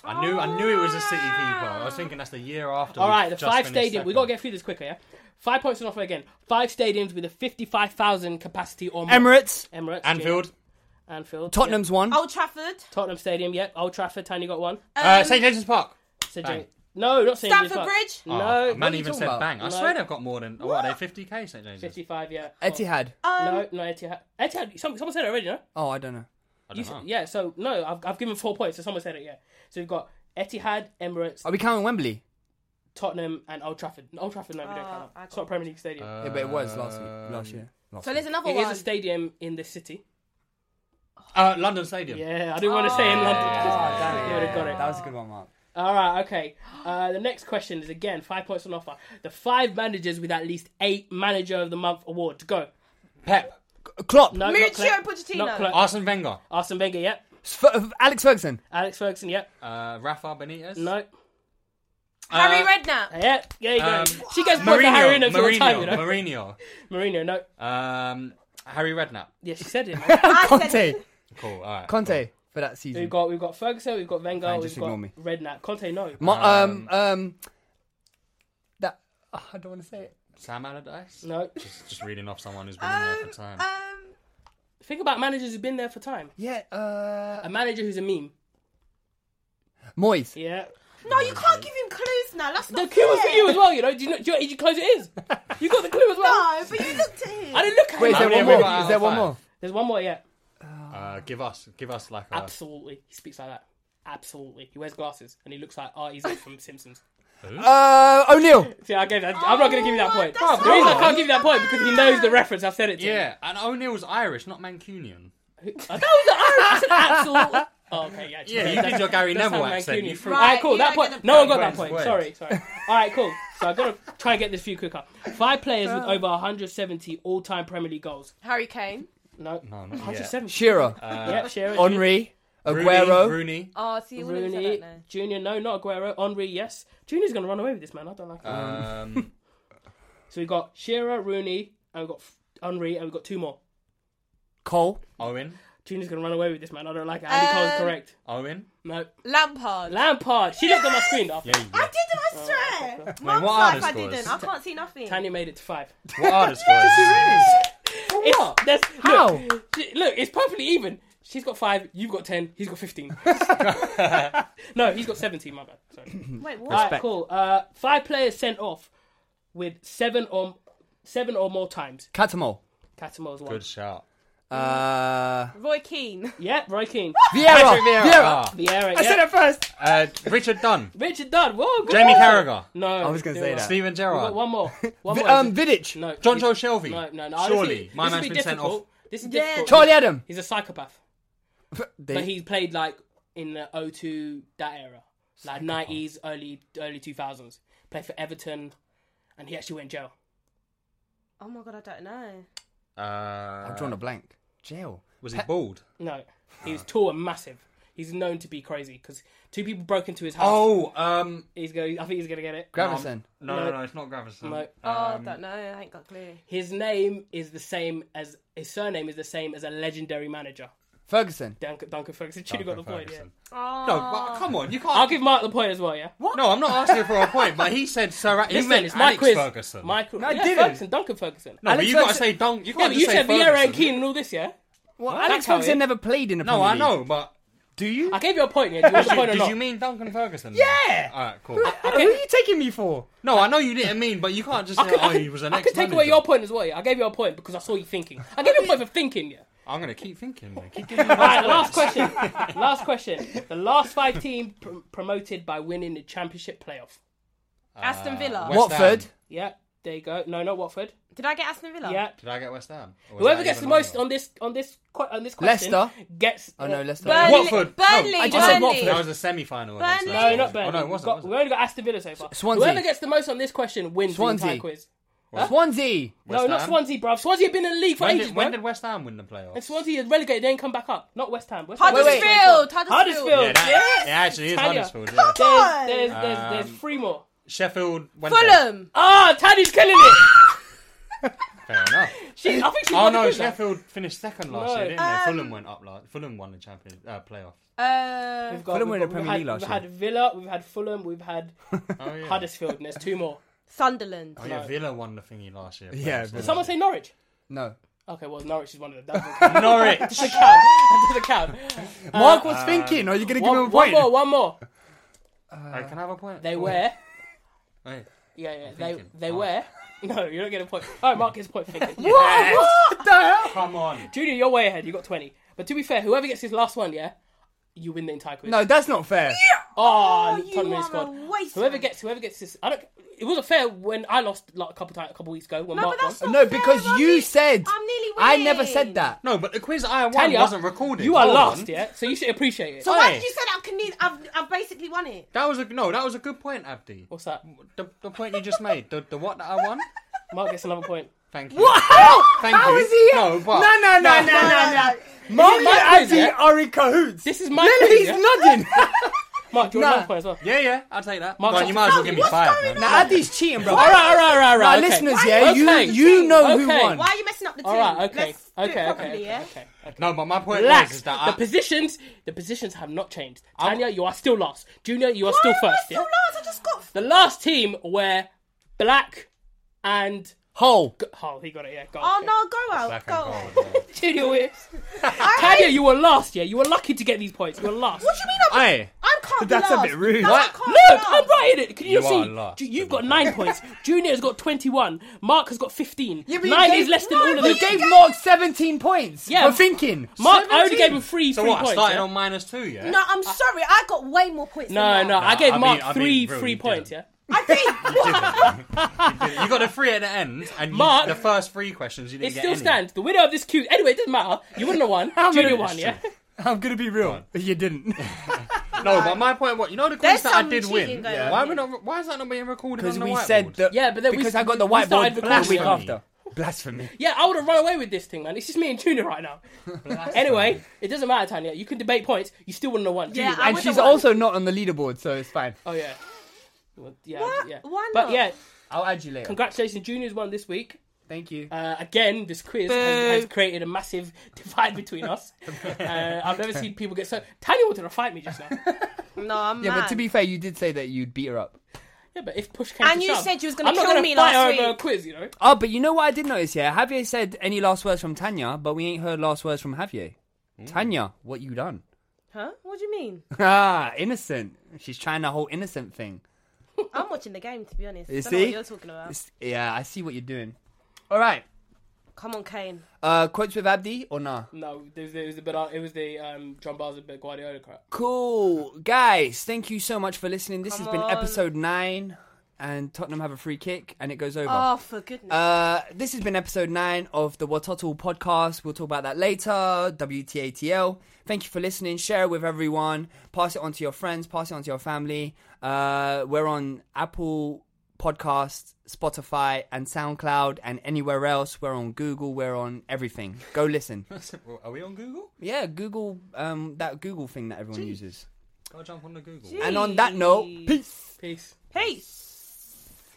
S6: I knew. I knew it was a City keeper. I was thinking that's the year after.
S1: Ah. All
S6: we've
S1: right, the
S6: just
S1: five
S6: finished
S1: stadium. We
S6: second.
S1: gotta get through this quicker, yeah. Five points on offer again. Five stadiums with a fifty-five thousand capacity or more.
S4: Emirates.
S1: Emirates,
S6: Anfield.
S1: yeah. Anfield,
S4: Tottenham's one.
S1: Oh.
S2: Old Trafford.
S1: yeah. Tottenham Stadium, yep. Old Trafford, Tanya got one.
S6: Uh, St James's Park.
S1: St.
S6: Bang.
S1: James. No, not St.
S2: Stamford
S1: James Park.
S2: Bridge.
S1: No,
S6: oh, man even
S4: talking
S6: said
S4: about?
S6: bang. I
S1: No.
S6: swear they've got more than. What are they? Fifty k St James's.
S1: Fifty-five, yeah.
S4: Etihad.
S1: Oh, no, no Etihad. Etihad. Some, someone said it already, no?
S4: Oh, I don't know.
S6: I
S1: You
S6: don't know.
S1: s- yeah. So no, I've, I've given four points. So someone said it, yeah. So we've got Etihad, Emirates,
S4: Are we counting Wembley?
S1: Tottenham, and Old Trafford. Old Trafford, no, we don't count. that. It's not a Premier League stadium.
S6: Uh,
S4: yeah, but it was last week, last year. Last
S2: So there's another
S1: it
S2: one.
S1: is a stadium in the city.
S6: Uh, London Stadium.
S1: Yeah, I didn't want to say in London.
S4: oh, damn
S1: You would've got it.
S4: That was a good one, Mark.
S1: All right, okay. Uh, the next question is again five points on offer. The five managers with at least eight Manager of the Month awards. Go.
S6: Pep.
S4: Klopp.
S1: No, not
S2: Mauricio
S1: Klopp.
S2: Pochettino.
S1: Not Klopp.
S6: Arsene Wenger.
S1: Arsene Wenger. Yep.
S4: Sf- Alex Ferguson.
S1: Alex Ferguson. Yep.
S6: Uh, Rafa Benitez.
S1: No.
S2: Harry
S6: Uh,
S2: Redknapp.
S1: Yep. Yeah, you go.
S6: Um,
S1: she gets more than Harry in
S6: Mourinho.
S1: every single time. You know.
S6: Mourinho.
S1: Mourinho. No.
S6: Mourinho. Um, Harry Redknapp.
S1: Yeah, she said it. man.
S2: I
S4: Conte.
S2: said-
S6: Cool. All right.
S4: Conte for that season.
S1: we've got we've got Ferguson. We've got Wenger.
S4: Fine,
S1: we've
S4: just ignore
S1: got
S4: me.
S1: Redknapp. Conte. No.
S4: Ma- um, um, that oh, I don't want to say it.
S6: Sam Allardyce.
S1: No.
S6: Just, just reading off someone who's been in there
S1: Oh,
S6: for time.
S2: Um,
S1: Think about managers who've been there for time.
S4: Yeah, uh,
S1: A manager who's a meme.
S4: Moyes.
S1: Yeah.
S2: no, you can't give him clues now. That's
S1: The
S2: not
S1: clue was for
S2: fair.
S1: you as well, you know. Do you, know, do you, did you close your ears? You got the clue as well.
S2: No, but you looked at him.
S1: I didn't look at
S4: Wait,
S1: it.
S4: is there
S6: How many
S4: one
S6: have we
S4: more?
S6: got out
S4: Is there
S6: of
S4: one
S6: five?
S4: more?
S1: There's one more, yeah.
S6: Uh, give us, give us like a.
S1: Absolutely. He speaks like that. Absolutely. He wears glasses and he looks like Artie's Zip from Simpsons.
S4: Uh, O'Neill.
S1: See, I gave that. I'm not going to give you that point.
S2: Oh, that's
S1: the reason I
S2: not-
S1: can't give you that point because he knows the reference. I've said it to him.
S6: yeah, and O'Neill's Irish, not Mancunian.
S1: Uh, That was the Irish. I said absolutely. Oh, okay, yeah.
S6: Yeah, you did your Gary Neville accent. You threw-
S1: All right, cool.
S2: you
S1: That
S2: don't
S1: point.
S2: get the
S1: No one got that
S6: point.
S1: point. Sorry, sorry. All right, cool. So I've got to try and get this few quicker. Five players
S2: Uh.
S1: with over 170 all-time Premier League goals.
S2: Harry Kane.
S1: No,
S6: No, not yet.
S1: 170.
S4: Shearer.
S1: yep, Shearer.
S4: Uh, Henri.
S6: Rooney,
S4: Aguero.
S6: Rooney.
S2: Oh, see, you wouldn't have said
S1: Rooney,
S2: that now.
S1: Junior, no, not Aguero. Henri, yes. Junior's going to run away with this, man. I don't
S4: Uh,
S1: like it.
S6: Um,
S1: so we've got Shearer, Rooney, and we've got F- Henri, and we've got two more.
S4: Cole.
S6: Owen.
S1: Junior's going to run away with this, man. I don't like it. Andy
S2: Um,
S1: Cole's correct.
S6: Owen.
S1: No.
S2: Lampard.
S1: Lampard. She looked on my screen, though.
S6: Yeah, you
S2: I didn't, I swear. Mark's
S6: what are
S2: life,
S6: the
S2: I
S6: scores?
S2: didn't. I can't see nothing.
S1: Tanya made it to five.
S6: What are the scores?
S1: It's, that's,
S4: How?
S1: Look, she- look, it's perfectly even. She's got five, you've got ten, he's got 15. no, he's got 17, my bad. Sorry.
S2: Wait, what?
S1: All right, cool. Uh, five players sent off with seven or seven or more times.
S4: Catamol.
S1: Catamore's one.
S6: Good shout.
S4: Uh,
S2: Roy Keane.
S1: Yeah, Roy Keane.
S4: Vieira.
S6: Patrick Vieira.
S4: Vieira.
S6: Ah.
S1: Vieira.
S4: I
S1: yeah.
S4: said it first.
S6: Uh, Richard Dunn.
S1: Richard Dunn. Whoa, good
S6: Jamie
S1: one.
S6: Carragher.
S1: No.
S4: I was gonna
S1: do
S4: say
S1: it.
S4: that.
S6: Steven
S1: We've got
S6: Gerrard.
S1: one more. One
S4: Vi-
S1: more.
S4: um,
S1: This is-
S4: Vidic.
S1: No.
S6: John
S1: this-
S6: Joe Shelby.
S1: No, no, no.
S6: Surely.
S1: This,
S6: My
S1: this
S6: man's
S1: will be
S6: been sent
S1: difficult.
S6: off.
S1: This is
S2: Yeah.
S1: difficult.
S4: Charlie Adam.
S1: He's a psychopath.
S4: They-
S1: But he played like in the 02 that era, like nineties, early early two thousands. Played for Everton, and he actually went in jail.
S2: Oh my god, I don't
S1: Um,
S2: know.
S6: Uh,
S4: I've drawn a blank. Jail.
S6: was he bald?
S1: No, he was tall and massive. He's known to be crazy because two people broke into his house.
S6: Oh, um,
S1: he's going. I think he's gonna get it.
S4: Gravison.
S6: no, no, no, it's not Gravison.
S1: No.
S2: Oh, I
S6: Um,
S2: don't know. I ain't got a clue.
S1: His name is the same as his surname is the same as a legendary manager,
S4: Ferguson.
S1: Duncan, Duncan Ferguson. Should have got the
S6: Duncan
S1: point. Yeah.
S6: Ferguson.
S2: Oh,
S6: No, but come on, you can't.
S1: I'll give Mark the point as well. Yeah.
S6: What? No, I'm not asking for a point, but he said Sir. He
S1: Listen,
S6: meant
S1: it's my
S6: Alex
S1: quiz.
S6: Ferguson.
S1: My quiz.
S4: No, I
S1: yeah,
S4: didn't.
S1: Ferguson, Duncan Ferguson.
S6: no, but
S4: Alex
S6: you gotta
S4: Ferguson-
S6: say Dunk. You can't
S1: Yeah, but
S6: just
S1: you
S6: say
S1: said Vieira and
S6: Ferguson.
S1: Keane and all this, yeah?
S4: Well,
S1: That's
S4: Alex
S1: how it-
S4: Ferguson never played in a
S6: No,
S4: Premier
S6: I
S4: League.
S6: know, but
S4: Do you?
S1: I gave you a point, yeah. Do you want the point or
S6: did
S1: not?
S6: you mean Duncan Ferguson?
S4: Yeah.
S6: All right, cool.
S4: Who are you taking me for?
S6: No, I know you didn't mean, but you can't just
S1: I
S6: say,
S1: could,
S6: oh,
S1: I could,
S6: he was an
S1: I could
S6: ex-manager.
S1: take away your point as well. Yeah, I gave you a point because I saw you thinking. I gave you a point for thinking. Yeah.
S6: I'm going to keep thinking, man. Keep giving me
S1: All
S6: those
S1: right, the last
S6: points.
S1: question. Last question. The last five team pr- promoted by winning the championship playoff. uh,
S2: Aston Villa.
S6: West
S4: Watford.
S6: Ham.
S1: Yeah, there you go. No, not Watford.
S2: Did I get Aston Villa?
S1: Yeah.
S6: Did I get West Ham? Or was
S1: Whoever
S6: that
S1: gets the
S6: even
S1: most
S6: longer?
S1: on this on this que- on this question
S4: Leicester?
S1: gets.
S4: Oh no,
S1: uh,
S4: Leicester.
S2: Burnley.
S6: Watford.
S2: Burnley.
S6: No,
S4: I
S2: Burnley.
S4: just said
S6: That was a semi-final. against
S2: Burnley.
S1: No,
S6: Leicester.
S1: not Burnley.
S6: Oh, no, it
S1: We've
S6: wasn't.
S1: got-
S6: was
S1: We only got Aston Villa so far.
S4: Swansea.
S1: Whoever gets the most on this question wins the
S4: Swansea.
S1: entire quiz.
S4: Swansea.
S1: no, not
S6: Ham?
S1: Swansea, bruv. Swansea have been in the league for
S6: When
S1: ages,
S6: did, when
S1: bruv.
S6: did West Ham win the
S1: And
S6: playoffs?
S1: Swansea are relegated, they didn't come back up. Not West Ham. West Ham.
S2: Huddersfield. Huddersfield.
S1: Huddersfield.
S6: Yeah, that,
S1: yes!
S6: it actually is
S1: Tanya.
S6: Huddersfield. Um, Yeah.
S2: on!
S1: There's, there's, there's, there's three more.
S6: Sheffield. Went
S2: Fulham.
S1: Ah, Taddy's killing it.
S6: Fair enough.
S1: She, I think she
S6: Oh
S1: won the
S6: no,
S1: quiz now.
S6: Sheffield finished second last
S1: No.
S6: year, didn't they? Fulham went up last. Fulham won the champion uh, playoffs.
S2: Uh,
S1: We've got,
S4: Fulham
S1: we've
S4: were in
S1: got-
S4: the Premier League
S1: we've had,
S4: last
S1: We've
S4: year.
S1: had Villa, we've had Fulham, we've had
S6: Oh yeah.
S1: Huddersfield, and there's two more.
S2: Sunderland.
S6: Oh yeah, Villa won the thingy last year.
S4: Yeah,
S6: playoffs,
S4: Villa.
S1: Someone say Norwich.
S4: No.
S1: Okay, well Norwich is one of them. That doesn't count.
S6: didn't they? Norwich.
S1: That doesn't count. That doesn't count.
S4: Mark was thinking. Are you going to give him a
S1: One, one
S4: point?
S1: more, one more.
S6: Hey, can I have a point?
S1: They were.
S6: Hey.
S1: Yeah, yeah. They
S6: thinking.
S1: they
S6: Oh.
S1: were. No, you don't get a point. All right, Mark gets a point. for thinking.
S6: Yes. Come on.
S1: Junior, you're way ahead. You got twenty. But to be fair, whoever gets his last one, yeah, you win the entire quiz.
S4: No, that's not fair.
S1: Oh,
S2: you
S1: Tottenham
S2: are
S1: is squad.
S2: a waste
S1: Whoever
S2: man.
S1: gets, whoever gets this, I don't. It wasn't fair when I lost like a couple times, a couple weeks ago. When
S2: No,
S1: Mark
S2: but that's
S1: won.
S2: not
S4: No,
S2: fair,
S4: because
S2: I'm
S4: you
S2: nearly-
S4: said.
S2: I'm nearly
S4: I never said
S2: winning.
S4: that.
S6: No, but the quiz I won
S1: Tanya,
S6: wasn't recorded.
S1: You are
S6: Hold
S1: last,
S6: on.
S1: yeah. So you should appreciate it.
S2: So why
S6: Hey.
S2: did you say that? I can need, I've, I've basically won it.
S6: That was a no. That was a good point, Abdi.
S1: What's that?
S6: The, the point you just made. The, the what that I won.
S1: Mark gets another point.
S6: Thank you. Thank you. No,
S4: No,
S6: but
S4: no, no, no, no, no. Mark
S1: This is
S4: and
S1: my quiz,
S4: Abdi
S1: yeah?
S4: are in cahoots.
S1: This is my
S4: Lily,
S1: quiz,
S4: he's
S1: yeah?
S4: nodding.
S1: Mark, do you want
S4: Nah.
S1: another point as well?
S6: Yeah, yeah, I'll take that.
S1: Mark,
S6: Well, you might as well give me five. man.
S4: Now, Abdi's cheating, bro.
S1: All right, all right, all right, all
S4: Now,
S1: right. okay.
S4: listeners,
S2: Why
S4: yeah,
S2: are you
S4: you
S2: messing
S4: you
S2: up
S4: know
S1: the
S4: who
S1: team?
S4: won.
S2: Why are you messing up the team?
S1: All right, okay,
S2: Let's do it
S1: okay,
S2: properly,
S1: okay,
S2: yeah?
S1: okay, okay.
S6: No, but my point was
S1: Relax.
S6: is that I,
S1: The positions, the positions have not changed. Tanya, you are still last. Junior, you are still
S2: Why am I
S1: first.
S2: still
S1: yeah?
S2: last? I just got
S1: The last team were Black and
S4: Hull.
S1: Oh, he got it. Yeah, got
S2: Oh no, go out,
S6: Black
S2: go
S6: and
S2: out.
S6: gold, yeah.
S1: Junior wins. Tanya, you were last. Yeah, you were lucky to get these points. You were last.
S2: What do you mean I'm?
S6: Aye.
S2: I can't be
S4: That's a
S2: last.
S4: bit rude.
S2: No, I
S4: What?
S2: can't be
S1: Look,
S2: last.
S1: I'm right in it. Can you,
S6: You
S1: see?
S6: are last,
S1: Ju- You've
S6: to
S1: got
S6: be
S1: nine points. Junior's got 21. Mark has got 15.
S4: Yeah, but you
S1: nine
S4: gave-
S1: is less than
S4: No,
S1: all of
S4: but
S1: them.
S4: You gave Mark 17 points.
S1: Yeah.
S4: For thinking.
S1: Mark, I only gave him three,
S6: So
S1: three
S6: what? I
S1: points.
S6: started
S1: yeah?
S6: on minus two, yeah.
S2: No, I'm sorry. I got way more points.
S1: no,
S2: than
S1: no,
S2: that.
S1: I gave
S6: I mean-
S1: Mark
S6: I mean,
S1: three,
S6: bro,
S1: three
S6: you
S1: points. Yeah.
S6: didn't.
S2: I did. What?
S6: You got a three at the end, and you,
S1: Mark-
S6: the first three questions you didn't
S1: It
S6: get
S1: still
S6: any.
S1: stands. The winner of this queue. Anyway, it doesn't matter. You wouldn't have won. Junior won. Yeah.
S4: I'm going to be real. You didn't.
S6: No, but my point was, you know the
S2: There's
S6: quiz that I
S2: some
S6: did
S2: cheating
S6: win.
S2: going on
S6: Why
S2: here.
S6: we not? Why is that not being recorded?
S4: Because
S6: on the
S4: we
S6: whiteboard?
S4: said that.
S1: Yeah, but then we-
S4: because I got the
S1: we started
S4: whiteboard the
S1: recording.
S4: week after. Blasphemy.
S1: Yeah, I would have run away with this thing, man. It's just me and Junior right now. anyway, it doesn't matter, Tanya. You can debate points. You still wouldn't have won. Junior
S2: Yeah,
S1: won.
S2: I
S4: And
S2: would've
S4: she's
S2: won.
S4: also not on the leaderboard, so it's fine.
S1: Oh yeah. Well, yeah,
S2: What?
S1: yeah.
S2: Why
S1: But
S2: not?
S1: yeah,
S4: I'll add you later.
S1: congratulations, Junior's won this week.
S4: Thank you.
S1: Uh, again, this quiz has, has created a massive divide between us. uh, I've never seen people get so. Tanya wanted to fight me just now.
S2: No, I'm
S4: yeah,
S2: mad.
S4: but to be fair, you did say that you'd beat her up.
S1: Yeah, but if push came
S2: And
S1: to
S2: you
S1: shove,
S2: said you was gonna
S1: I'm not
S2: kill
S1: gonna
S2: me
S1: fight
S2: last
S1: over a
S2: week.
S1: quiz, you know.
S4: Oh, but you know what I did notice here? Javier said any last words from Tanya, but we ain't heard last words from Javier.
S6: Mm.
S4: Tanya, what you done?
S2: Huh? What do you mean?
S4: Ah, innocent. She's trying the whole innocent thing.
S2: I'm watching the game to be honest.
S4: You
S2: Don't know
S4: see?
S2: what you're talking about.
S4: It's- yeah, I see what you're doing. All right.
S2: Come on, Kane.
S4: Uh, quotes with Abdi or nah?
S1: No, there's, there's a bit. It was the um, John Barnes and Guardiola crap.
S4: Cool. Guys, thank you so much for listening. This
S2: Come
S4: has been
S2: on.
S4: episode 9, and Tottenham have a free kick, and it goes over.
S2: Oh, for goodness.
S4: Uh, this has been episode 9 of the Watottle podcast. We'll talk about that later. WTATL. Thank you for listening. Share it with everyone. Pass it on to your friends. Pass it on to your family. Uh, we're on Apple Podcasts, Spotify, and SoundCloud, and anywhere else. We're on Google. We're on everything. Go listen.
S6: Are we on Google?
S4: yeah, Google, um, that Google thing that everyone uses.
S6: Gotta jump on the Google.
S4: And on that note, peace.
S1: Peace.
S2: hey.